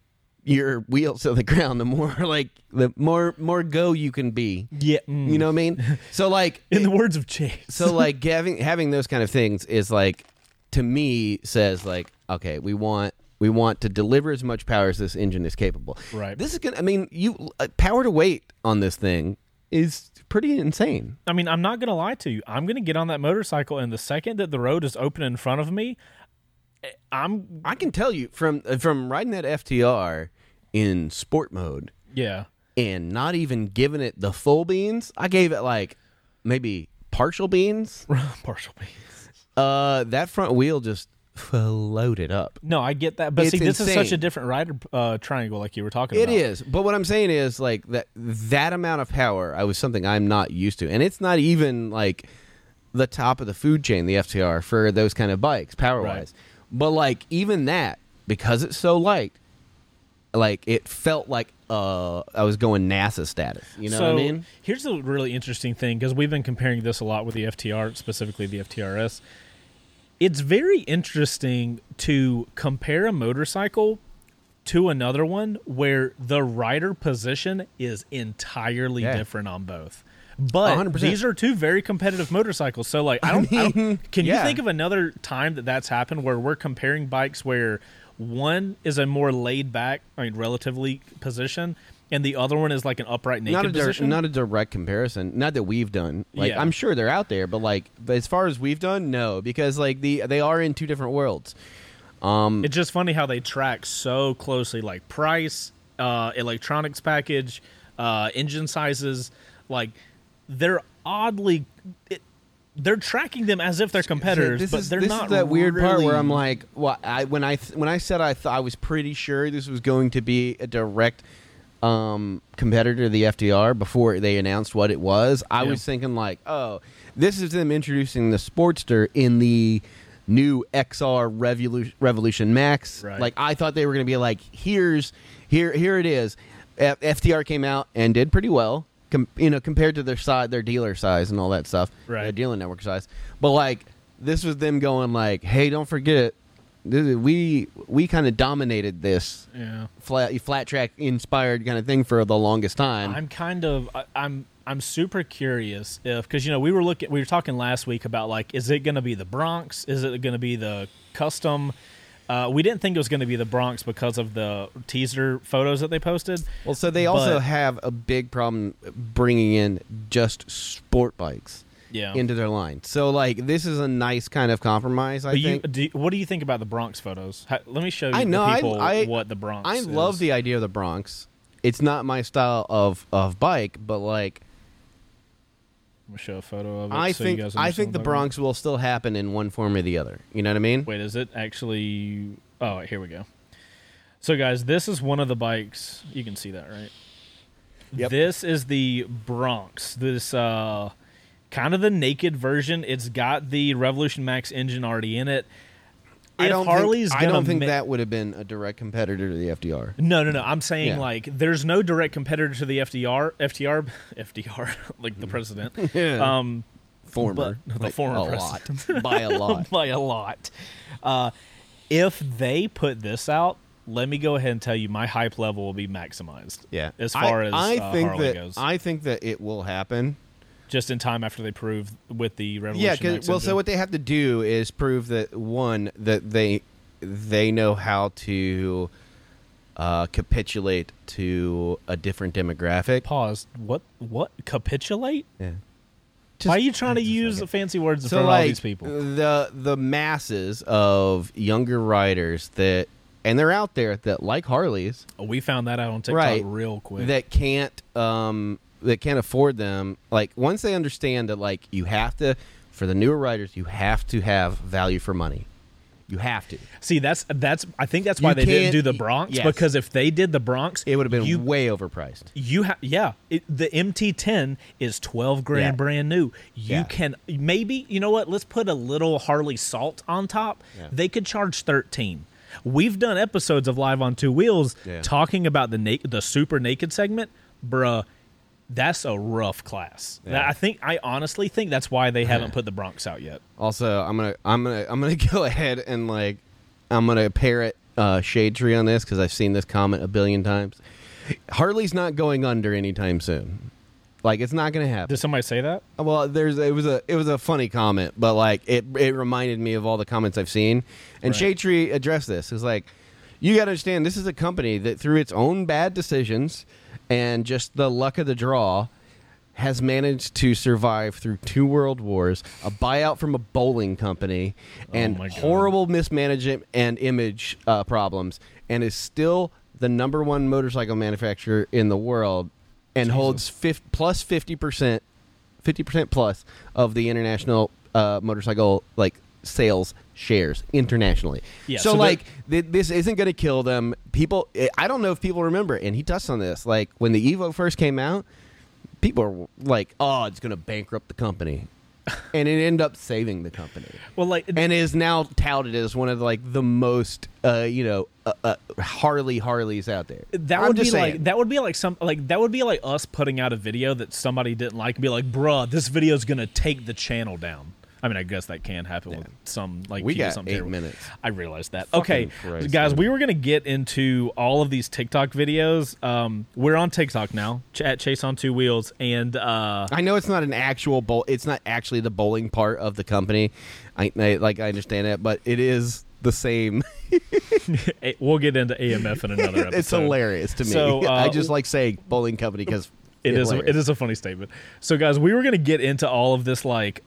Speaker 2: your wheels to the *laughs* ground, the more like the more more go you can be.
Speaker 1: yeah, mm.
Speaker 2: You know what I mean? So like
Speaker 1: *laughs* in the words of Chase.
Speaker 2: so like having having those kind of things is like to me says like okay we want we want to deliver as much power as this engine is capable
Speaker 1: Right.
Speaker 2: this is gonna i mean you uh, power to weight on this thing is pretty insane
Speaker 1: I mean, I'm not gonna lie to you. I'm gonna get on that motorcycle, and the second that the road is open in front of me, eh, I'm
Speaker 2: i can tell you from uh, from riding that ftr in sport mode
Speaker 1: yeah. *laughs*
Speaker 2: and not even giving it the full beans i gave it like maybe partial beans
Speaker 1: Partial beans.
Speaker 2: uh that front wheel just floated up
Speaker 1: No, I get that, but
Speaker 2: It's
Speaker 1: see, this is such a
Speaker 2: insane.
Speaker 1: different rider uh, triangle, like you were talking
Speaker 2: It
Speaker 1: about.
Speaker 2: is, but what I'm saying is like that that amount of power. I was something I'm not used to, and it's not even like the top of the food chain, the FTR for those kind of bikes, power wise. But like even that, because it's so light, like it felt like uh I was going NASA status. You know
Speaker 1: so
Speaker 2: what I mean?
Speaker 1: here's a really interesting thing because we've been comparing this a lot with the FTR, specifically the FTRS. It's very interesting to compare a motorcycle to another one where the rider position is entirely
Speaker 2: Yeah.
Speaker 1: different on both. But
Speaker 2: 100%.
Speaker 1: these are two very competitive motorcycles. So, like, I don't. I don't-
Speaker 2: mean,
Speaker 1: can you
Speaker 2: yeah.
Speaker 1: think of another time that that's happened where we're comparing bikes where one is a more laid back, I mean, relatively position, and the other one is like an upright naked
Speaker 2: Not a dir-
Speaker 1: position?
Speaker 2: not a direct comparison. Not that we've done. Like
Speaker 1: Yeah.
Speaker 2: I'm sure they're out there, but like but as far as we've done, no, because like the they are in two different worlds.
Speaker 1: It's just funny how they track so closely, like price, uh, electronics package, uh, engine sizes. Like they're oddly, it, they're tracking them as if they're competitors,
Speaker 2: This
Speaker 1: but
Speaker 2: is-
Speaker 1: they're
Speaker 2: this
Speaker 1: not.
Speaker 2: Is that weird part where
Speaker 1: really-
Speaker 2: I'm like, well, I when I th- when I said I thought I was pretty sure this was going to be a direct um, competitor to the FDR before they announced what it was. I
Speaker 1: Yeah.
Speaker 2: was thinking like, oh, this is them introducing the Sportster in the new XR Revolution, Revolution Max.
Speaker 1: Right.
Speaker 2: Like I thought they were going to be like, here's here here it is. F- FDR came out and did pretty well. Com- you know, compared to their side, their dealer size and all that stuff,
Speaker 1: Right.
Speaker 2: their dealer network size. But like, this was them going like, "Hey, don't forget, this is- we we kind of dominated this
Speaker 1: yeah.
Speaker 2: flat flat track inspired kind of thing for the longest time."
Speaker 1: I'm kind of I, I'm I'm super curious if because you know we were looking we were talking last week about like is it going to be the Bronx is it going to be the custom uh, we didn't think it was going to be the Bronx because of the teaser photos that they posted.
Speaker 2: well, so they also
Speaker 1: but-
Speaker 2: have a big problem bringing in just sport bikes
Speaker 1: Yeah.
Speaker 2: into their line. So like, this is a nice kind of compromise. I
Speaker 1: But you,
Speaker 2: think.
Speaker 1: do you- what do you think about the Bronx photos? How, let me show you
Speaker 2: I know.
Speaker 1: the
Speaker 2: I,
Speaker 1: people
Speaker 2: I
Speaker 1: what the Bronx.
Speaker 2: I
Speaker 1: is.
Speaker 2: love the idea of the Bronx. it's not my style of of bike, but like
Speaker 1: I'm gonna show a photo of it.
Speaker 2: I
Speaker 1: so you
Speaker 2: think
Speaker 1: guys
Speaker 2: I
Speaker 1: understand
Speaker 2: think
Speaker 1: what
Speaker 2: the
Speaker 1: I'm talking
Speaker 2: Bronx will still happen in one form or the other. You know what I mean?
Speaker 1: about. Wait, is it actually? Oh, here we go. So, guys, this is one of the bikes. You can see that, right?
Speaker 2: Yep.
Speaker 1: This is the Bronx. This uh, kind of the naked version. It's got the Revolution Max engine already in it.
Speaker 2: I
Speaker 1: If
Speaker 2: don't
Speaker 1: Harley's
Speaker 2: think, I
Speaker 1: gonna
Speaker 2: don't think
Speaker 1: ma-
Speaker 2: that would have been a direct competitor to the FDR.
Speaker 1: No, no, no. I'm saying
Speaker 2: Yeah.
Speaker 1: like there's no direct competitor to the FDR, *laughs* FDR, FDR, like the president.
Speaker 2: *laughs* Yeah.
Speaker 1: Um,
Speaker 2: Former,
Speaker 1: but- the
Speaker 2: Like,
Speaker 1: former
Speaker 2: a lot *laughs* by a
Speaker 1: *laughs*
Speaker 2: lot.
Speaker 1: by a lot. Uh, if they put this out, let me go ahead and tell you, my hype level will be maximized.
Speaker 2: Yeah,
Speaker 1: as
Speaker 2: I-
Speaker 1: far as
Speaker 2: I
Speaker 1: uh,
Speaker 2: think
Speaker 1: Harley
Speaker 2: that
Speaker 1: goes,
Speaker 2: I think that it will happen.
Speaker 1: just in time after they prove with the revolution.
Speaker 2: Yeah, 'cause-
Speaker 1: Max
Speaker 2: well,
Speaker 1: engine.
Speaker 2: so what they have to do is prove that one that they they know how to uh, capitulate to a different demographic.
Speaker 1: pause. What? What? Capitulate?
Speaker 2: Yeah.
Speaker 1: Why are you trying to use fancy words in
Speaker 2: So
Speaker 1: front
Speaker 2: like uh,
Speaker 1: of all these people?
Speaker 2: the the masses of younger riders that and they're out there that like Harleys
Speaker 1: We found that out on TikTok
Speaker 2: right
Speaker 1: real quick.
Speaker 2: that can't um that can't afford them like once they understand that like you have to for the newer riders you have to have value for money you have to
Speaker 1: See, that's that's. I think that's why
Speaker 2: You
Speaker 1: they didn't
Speaker 2: can't-
Speaker 1: do the Bronx
Speaker 2: yes.
Speaker 1: because if they did the Bronx,
Speaker 2: it would have been
Speaker 1: you.
Speaker 2: way overpriced
Speaker 1: you have yeah. It, the MT10 is twelve grand
Speaker 2: Yeah.
Speaker 1: brand new. You
Speaker 2: Yeah.
Speaker 1: can maybe you know what? Let's put a little Harley Salt on top.
Speaker 2: Yeah.
Speaker 1: They could charge thirteen. We've done episodes of Live on Two Wheels
Speaker 2: Yeah.
Speaker 1: talking about the na- the super naked segment, bruh. That's a rough class. That-
Speaker 2: Yeah.
Speaker 1: I think I honestly think that's why they haven't put the Bronx out yet.
Speaker 2: also i'm gonna i'm gonna i'm gonna *laughs* go ahead and like i'm gonna parrot uh shade tree on this because i've seen this comment a billion times harley's not going under anytime soon like it's not gonna happen
Speaker 1: Did somebody say that?
Speaker 2: Well, there's it was a it was a funny comment, but like it it reminded me of all the comments I've seen. And
Speaker 1: Right.
Speaker 2: Shade Tree addressed this. It's like you got to understand this is a company that through its own bad decisions and just the luck of the draw has managed to survive through two world wars, a buyout from a bowling company, and
Speaker 1: Oh my God.
Speaker 2: horrible mismanagement and image uh, problems, and is still the number one motorcycle manufacturer in the world, and holds fif- plus fifty percent fifty percent plus of the international uh, motorcycle like sales shares internationally.
Speaker 1: Yeah,
Speaker 2: so,
Speaker 1: so
Speaker 2: like th- this isn't going to kill them. People, I- I don't know if people remember, and he touched on this. Like when the Evo first came out, people were like, "Oh, it's going to bankrupt the company," and it ended up saving the company,
Speaker 1: Well, like
Speaker 2: and is now touted as one of like the most uh, you know uh, uh, Harley Harleys out there.
Speaker 1: that
Speaker 2: I'm
Speaker 1: would be
Speaker 2: just saying.
Speaker 1: like that would be like some like that would be like us putting out a video that somebody didn't like and be like, "Bruh, this video is gonna take the channel down." I mean, I guess that can happen with some like
Speaker 2: We
Speaker 1: people,
Speaker 2: got
Speaker 1: some
Speaker 2: eight
Speaker 1: terrible-
Speaker 2: minutes.
Speaker 1: I realized that. okay,
Speaker 2: Fucking Christ,
Speaker 1: guys,
Speaker 2: dude.
Speaker 1: we were gonna get into all of these TikTok videos. Um, we're on TikTok now ch- at Chase on Two Wheels, and uh,
Speaker 2: I know it's not an actual bowl. It's not actually the bowling part of the company. I, I like I understand that, but it is the same. *laughs*
Speaker 1: a- we'll get into AMF in another episode.
Speaker 2: it's hilarious to me.
Speaker 1: So, uh,
Speaker 2: *laughs* I just like saying bowling company because
Speaker 1: It is. It is a funny statement. So, guys, we were going to get into all of this. Like,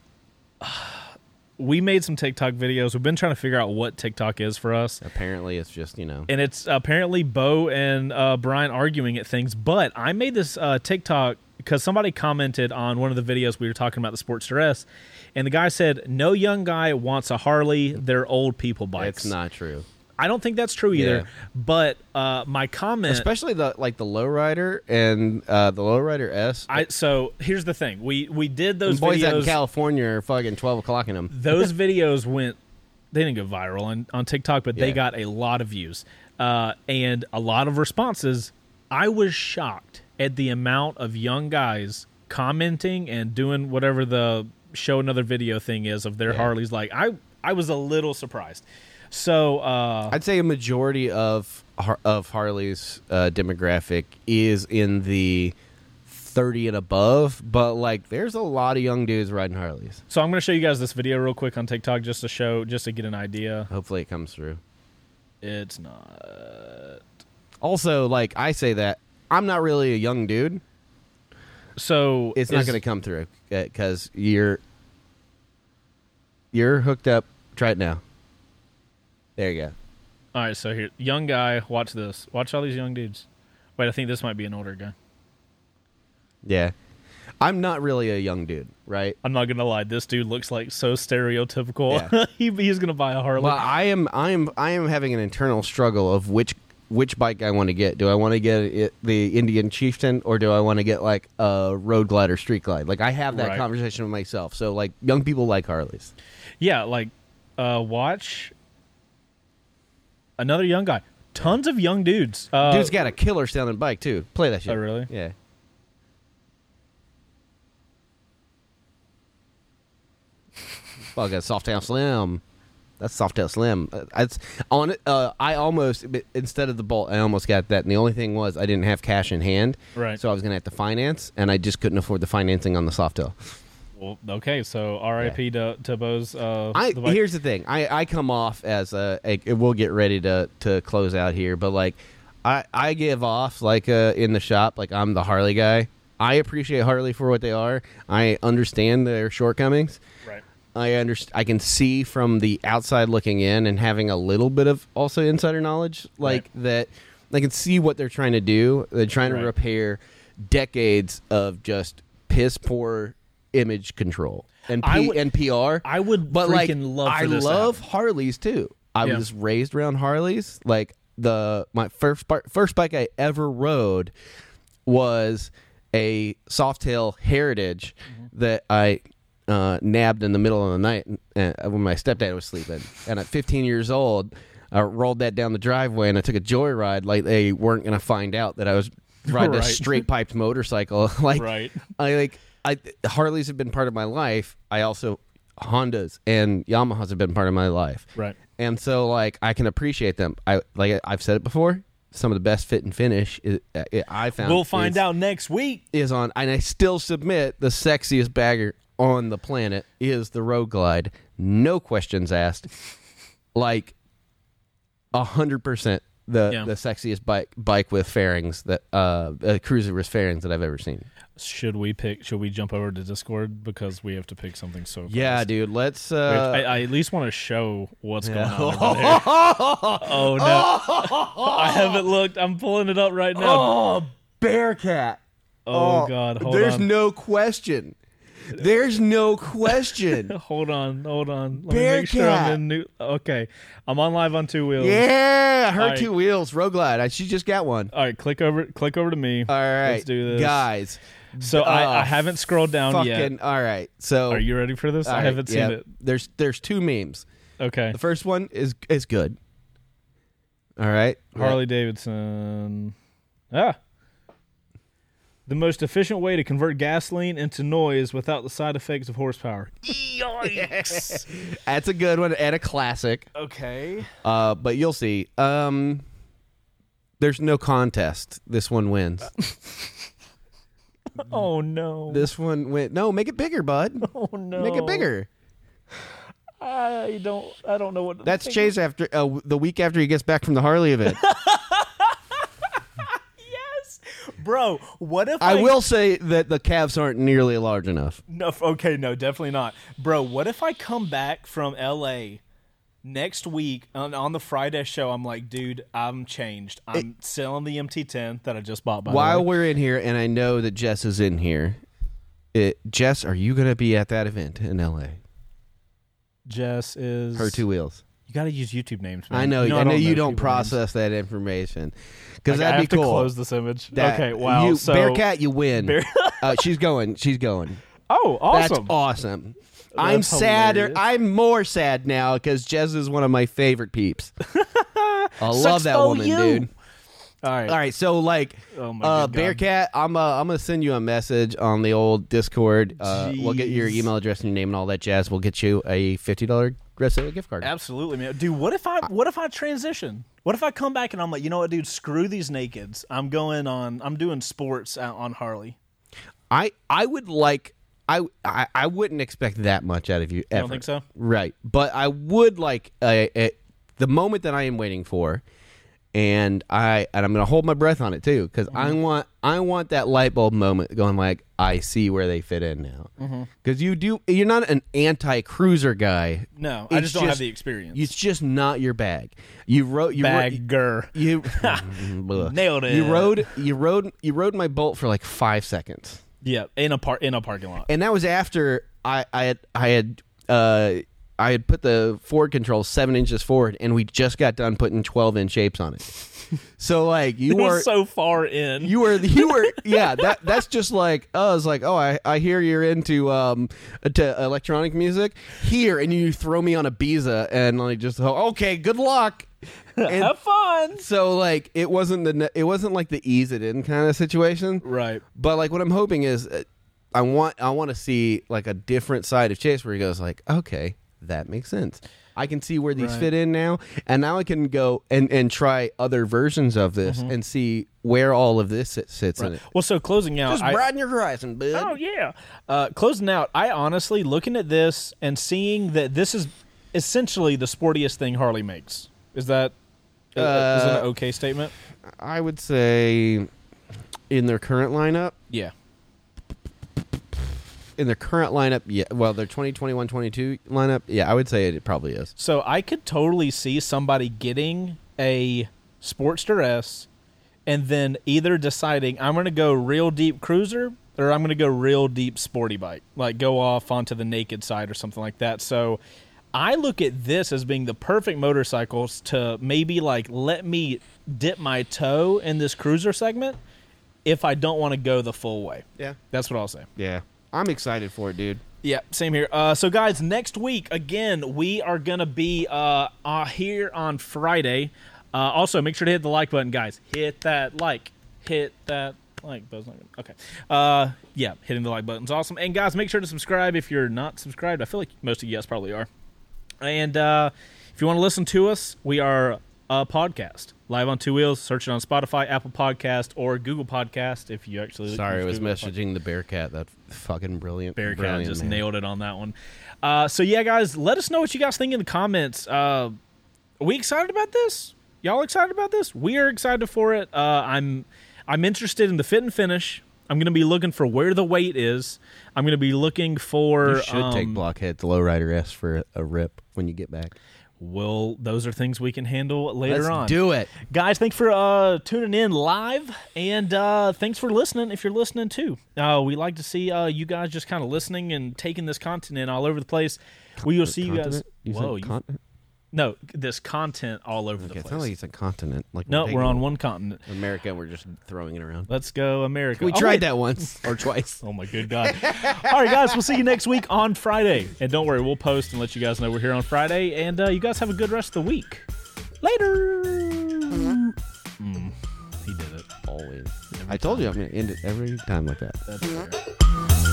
Speaker 1: *sighs* we made some TikTok videos. We've been trying to figure out what TikTok is for us,
Speaker 2: Apparently, it's just you know.
Speaker 1: and it's apparently Bo and uh, Brian arguing at things. But I made this uh, TikTok because somebody commented on one of the videos we were talking about the Sportster S, and the guy said, "No young guy wants a Harley. They're old people bikes."
Speaker 2: It's not true,
Speaker 1: I don't think that's true either.
Speaker 2: Yeah.
Speaker 1: But uh, my comment,
Speaker 2: especially the like the lowrider and uh, the lowrider S.
Speaker 1: I so here's the thing. We we did those
Speaker 2: Them boys out in
Speaker 1: videos.
Speaker 2: California are fucking twelve o'clock in them. *laughs*
Speaker 1: those videos went they didn't go viral on, on tiktok but they
Speaker 2: Yeah.
Speaker 1: got a lot of views uh, and a lot of responses i was shocked at the amount of young guys commenting and doing whatever the show another video thing is of their harleys like i i was a little surprised so uh
Speaker 2: I'd say a majority of Har- of Harley's uh, demographic is in the thirty and above, but like there's a lot of young dudes riding Harleys.
Speaker 1: so i'm going to show you guys this video real quick on tiktok just to show just to get an idea
Speaker 2: Hopefully, it comes through.
Speaker 1: it's not
Speaker 2: Also, like I say that I'm not really a young dude.
Speaker 1: so
Speaker 2: It's not
Speaker 1: is-
Speaker 2: going to come through because you're you're hooked up. Try it now. There you go.
Speaker 1: all right so here young guy watch this watch all these young dudes Wait, I think this might be an older guy.
Speaker 5: Yeah.
Speaker 2: I'm not really a young dude, right?
Speaker 1: I'm not gonna lie. This dude looks like so stereotypical.
Speaker 2: Yeah.
Speaker 1: *laughs* he, he's gonna buy a Harley.
Speaker 2: Well, I am. I am. I am having an internal struggle of which which bike I want to get. Do I want to get it, the Indian Chieftain or do I want to get like a Road Glide or Street Glide? Like I have that
Speaker 1: Right.
Speaker 2: conversation with myself. So like young people like Harleys.
Speaker 1: Yeah, like uh, watch another young guy. Tons of young dudes. Uh,
Speaker 2: Dude's got a killer sounding bike too. Play that shit.
Speaker 1: Oh, really?
Speaker 2: Yeah. Fuck a Softail Slim. That's Softail Slim. Uh, That's on. it- Uh, I almost but instead of the bolt, I almost got that. And the only thing was, I didn't have cash in hand,
Speaker 1: Right.
Speaker 2: So I was gonna have to finance, and I just couldn't afford the financing on the Softail.
Speaker 1: well, okay, so R.I.P. to, to Bo's. Uh,
Speaker 2: I
Speaker 1: the bike-
Speaker 2: here's the thing. I, I come off as a, a- We'll get ready to to close out here, but like I I give off like uh in the shop like I'm the Harley guy. I appreciate Harley for what they are. I understand their shortcomings.
Speaker 1: Right.
Speaker 2: I underst- I can see from the outside looking in and having a little bit of also insider knowledge, like that. I can see what they're trying to do. They're trying
Speaker 1: Right.
Speaker 2: to repair decades of just piss poor image control and
Speaker 1: I
Speaker 2: P-
Speaker 1: would-
Speaker 2: and PR.
Speaker 1: I would
Speaker 2: but like
Speaker 1: freaking love
Speaker 2: I
Speaker 1: for this to
Speaker 2: love Harleys too. I
Speaker 1: Yeah.
Speaker 2: was raised around Harleys. Like the my first bi- first bike I ever rode was a Softail Heritage that I uh, nabbed in the middle of the night uh, when my stepdad was sleeping. And at 15 years old, I rolled that down the driveway and I took a joyride like they weren't going to find out that I
Speaker 1: *laughs*
Speaker 2: was riding a
Speaker 1: Right.
Speaker 2: straight piped motorcycle. *laughs* like
Speaker 1: Right.
Speaker 2: I like I Harleys have been part of my life. I also Hondas and Yamahas have been part of my life.
Speaker 1: Right.
Speaker 2: And so like I can appreciate them. I like I've said it before. Some of the best fit and finish is, uh, I found.
Speaker 1: We'll find
Speaker 2: is,
Speaker 1: out next week.
Speaker 2: is on, and I still submit the sexiest bagger on the planet is the Road Glide. No questions asked. Like a hundred percent the
Speaker 1: Yeah.
Speaker 2: the sexiest bike bike with fairings that uh, uh cruiser with fairings that I've ever seen.
Speaker 1: Should we pick? Should we jump over to Discord because we have to pick something so?
Speaker 2: Yeah,
Speaker 1: fast.
Speaker 2: dude. Let's.
Speaker 1: We
Speaker 2: uh
Speaker 1: have to- I, I at least want to show what's going on. Over
Speaker 2: *laughs*
Speaker 1: there. oh no! I haven't looked. I'm pulling it up right now.
Speaker 2: *laughs* Oh, Bearcat.
Speaker 1: Oh, God! Hold
Speaker 2: There's
Speaker 1: on.
Speaker 2: no question. There's no
Speaker 1: *laughs*
Speaker 2: question.
Speaker 1: Hold on, hold on. Let me make sure I'm
Speaker 2: Bearcat.
Speaker 1: in new. Okay, I'm on live on two wheels.
Speaker 2: yeah, her
Speaker 1: All right.
Speaker 2: two wheels, Road Glide. I, she just got one.
Speaker 1: All right, click over, click over to me.
Speaker 2: All right,
Speaker 1: let's do this,
Speaker 2: guys.
Speaker 1: So I, I
Speaker 2: Oh,
Speaker 1: haven't scrolled down
Speaker 2: Fucking
Speaker 1: yet.
Speaker 2: all right. So
Speaker 1: Are you ready for this?
Speaker 2: all
Speaker 1: I
Speaker 2: right,
Speaker 1: haven't seen
Speaker 2: yeah.
Speaker 1: it.
Speaker 2: There's there's two memes.
Speaker 1: Okay,
Speaker 2: The first one is is good. All right,
Speaker 1: Harley Davidson. Ah, the most efficient way to convert gasoline into noise without the side effects of horsepower. Yikes.
Speaker 2: *laughs* That's a good one and a classic.
Speaker 1: *laughs*
Speaker 2: *laughs*
Speaker 1: okay.
Speaker 2: Uh, but you'll see. Um, there's no contest. This one
Speaker 1: *laughs*
Speaker 2: wins.
Speaker 1: Oh no.
Speaker 2: This one went. No, make it bigger, bud.
Speaker 1: oh no.
Speaker 2: Make it bigger.
Speaker 1: I don't. I don't know what. to
Speaker 2: That's
Speaker 1: think.
Speaker 2: Chase after uh, w- the week after he gets back from the
Speaker 1: *laughs*
Speaker 2: Harley event.
Speaker 1: Yes, bro. What if
Speaker 2: I will say that the calves aren't nearly large enough.
Speaker 1: No, f- okay, no, definitely not, bro. What if I come back from L.A. next week on, on the Friday show? I'm like, dude, I'm changed. I'm selling the MT10 that I just bought. By the
Speaker 2: While
Speaker 1: way.
Speaker 2: we're in here, and I know that Jess is in here, it, Jess, are you going to be at that event in L.A.?
Speaker 1: Jess is
Speaker 2: Her two wheels.
Speaker 1: You got to use YouTube names. Man.
Speaker 2: I know.
Speaker 1: You
Speaker 2: I know you
Speaker 1: people
Speaker 2: don't
Speaker 1: names.
Speaker 2: process that information because
Speaker 1: Like, I
Speaker 2: that'd
Speaker 1: have
Speaker 2: be
Speaker 1: to
Speaker 2: cool.
Speaker 1: close this image.
Speaker 2: That-
Speaker 1: okay, wow.
Speaker 2: you-
Speaker 1: so
Speaker 2: Bearcat, you win.
Speaker 1: Bear-
Speaker 2: *laughs* uh, she's going. She's going.
Speaker 1: oh, *laughs* awesome.
Speaker 2: That's awesome. I'm
Speaker 1: That's
Speaker 2: sadder.
Speaker 1: hilarious.
Speaker 2: I'm more sad now because Jez is one of my
Speaker 1: *laughs*
Speaker 2: favorite peeps. I love that
Speaker 1: for
Speaker 2: woman,
Speaker 1: you.
Speaker 2: dude.
Speaker 1: All right.
Speaker 2: All right, so like,
Speaker 1: Oh my
Speaker 2: uh,
Speaker 1: good God.
Speaker 2: Bearcat, I'm uh, I'm gonna send you a message on the old Discord. Uh, we'll get your
Speaker 1: Jeez.
Speaker 2: email address and your name and all that jazz. We'll get you a fifty dollar Grosseto gift card.
Speaker 1: Absolutely, man. Dude, what if I what if I transition? What if I come back and I'm like, you know what, dude, screw these nakeds. I'm going on. I'm doing sports out on Harley.
Speaker 2: I I would like I, I I wouldn't expect that much out of you ever.
Speaker 1: don't think so?
Speaker 2: Right, but I would like uh, uh, the moment that I am waiting for, and I and I'm gonna hold my breath on it too because I
Speaker 1: Mm-hmm.
Speaker 2: want I want that light bulb moment going like I see where they fit in now
Speaker 1: Mm-hmm.
Speaker 2: because you do you're not an anti cruiser guy.
Speaker 1: No, I
Speaker 2: It's
Speaker 1: just don't have the experience.
Speaker 2: It's just not your bag. You wrote you wrote-
Speaker 1: Bagger. *laughs*
Speaker 2: you *laughs* Blah.
Speaker 1: Nailed it.
Speaker 2: You rode you rode you rode my bolt for like five seconds,
Speaker 1: Yeah, in a par- in a parking lot.
Speaker 2: and that was after I I had I had uh I had put the forward control seven inches forward, and we just got done putting twelve inch shapes on it. so like you
Speaker 1: It
Speaker 2: were
Speaker 1: was so far in.
Speaker 2: you were you were yeah that that's just like oh it's like oh I I hear you're into um to electronic music here, and you throw me on a Biza, and like just oh, okay good luck. And
Speaker 1: have fun.
Speaker 2: so like it wasn't the ne- it wasn't like the ease it in kind of situation
Speaker 1: Right.
Speaker 2: but like what i'm hoping is uh, i want i want to see like a different side of chase where he goes like okay that makes sense i can see where these
Speaker 1: Right.
Speaker 2: fit in now and now i can go and and try other versions of this
Speaker 1: Mm-hmm.
Speaker 2: and see where all of this sit- sits in it
Speaker 1: Well, so closing out.
Speaker 2: just
Speaker 1: I-
Speaker 2: broaden your horizon bud
Speaker 1: Oh yeah. Uh, closing out, I honestly looking at this and seeing that this is essentially the sportiest thing Harley makes. Is that is that an
Speaker 2: Uh,
Speaker 1: okay statement?
Speaker 2: i would say in their current lineup
Speaker 1: Yeah.
Speaker 2: in their current lineup yeah well their 2021 22 lineup yeah i would say it probably is
Speaker 1: So I could totally see somebody getting a Sportster S and then either deciding I'm going to go real deep cruiser or I'm going to go real deep sporty bike, like go off onto the naked side or something like that. So I look at this as being the perfect motorcycles to maybe like let me dip my toe in this cruiser segment if I don't want to go the full way.
Speaker 2: yeah
Speaker 1: That's what I'll say.
Speaker 2: Yeah. I'm excited for it, dude.
Speaker 1: Yeah, same here. Uh, so, guys, next week again, we are gonna be uh, uh, here on Friday. Uh, also, make sure to hit the like button, guys. Hit that like. Hit that like. Buzz not gonna- Okay. Uh, yeah, hitting the like button's awesome. And guys, make sure to subscribe if you're not subscribed. I feel like most of you guys probably are. And uh, if you want to listen to us, we are a podcast live on two wheels. Search it on Spotify, Apple Podcast, or Google Podcast. If you actually
Speaker 2: Sorry, I
Speaker 1: use
Speaker 2: was
Speaker 1: Google Podcast.
Speaker 2: messaging the Bearcat. That fucking brilliant.
Speaker 1: Bearcat
Speaker 2: brilliant
Speaker 1: just
Speaker 2: man.
Speaker 1: nailed it on that one. Uh, so yeah, guys, let us know what you guys think in the comments. Uh, are we excited about this? Y'all excited about this? We are excited for it. Uh, I'm I'm interested in the fit and finish. I'm gonna be looking for where the weight is. I'm gonna be looking for.
Speaker 2: You should take
Speaker 1: um,
Speaker 2: Blockhead's Lowrider S for a, a rip when you get back.
Speaker 1: Well, those are things we can handle later
Speaker 2: Let's
Speaker 1: on.
Speaker 2: do it.
Speaker 1: guys thanks for uh tuning in live and uh thanks for listening if you're listening too uh we like to see uh you guys just kind of listening and taking this content in all over the place we will see you guys
Speaker 2: Continent? You said
Speaker 1: whoa you-
Speaker 2: continent?
Speaker 1: no this content all over
Speaker 2: Okay,
Speaker 1: the
Speaker 2: it sounds
Speaker 1: place
Speaker 2: like it's a continent. Like
Speaker 1: no
Speaker 2: taking
Speaker 1: we're on one continent
Speaker 2: America. We're just throwing it around.
Speaker 1: let's go america
Speaker 2: We
Speaker 1: Oh,
Speaker 2: tried
Speaker 1: wait.
Speaker 2: that once or *laughs* twice.
Speaker 1: oh my good god all right guys we'll see you next week on friday and don't worry we'll post and let you guys know we're here on friday and uh you guys have a good rest of the week later Mm, he did it
Speaker 2: Always. I told you I'm gonna end it every time like that.
Speaker 1: that's fair.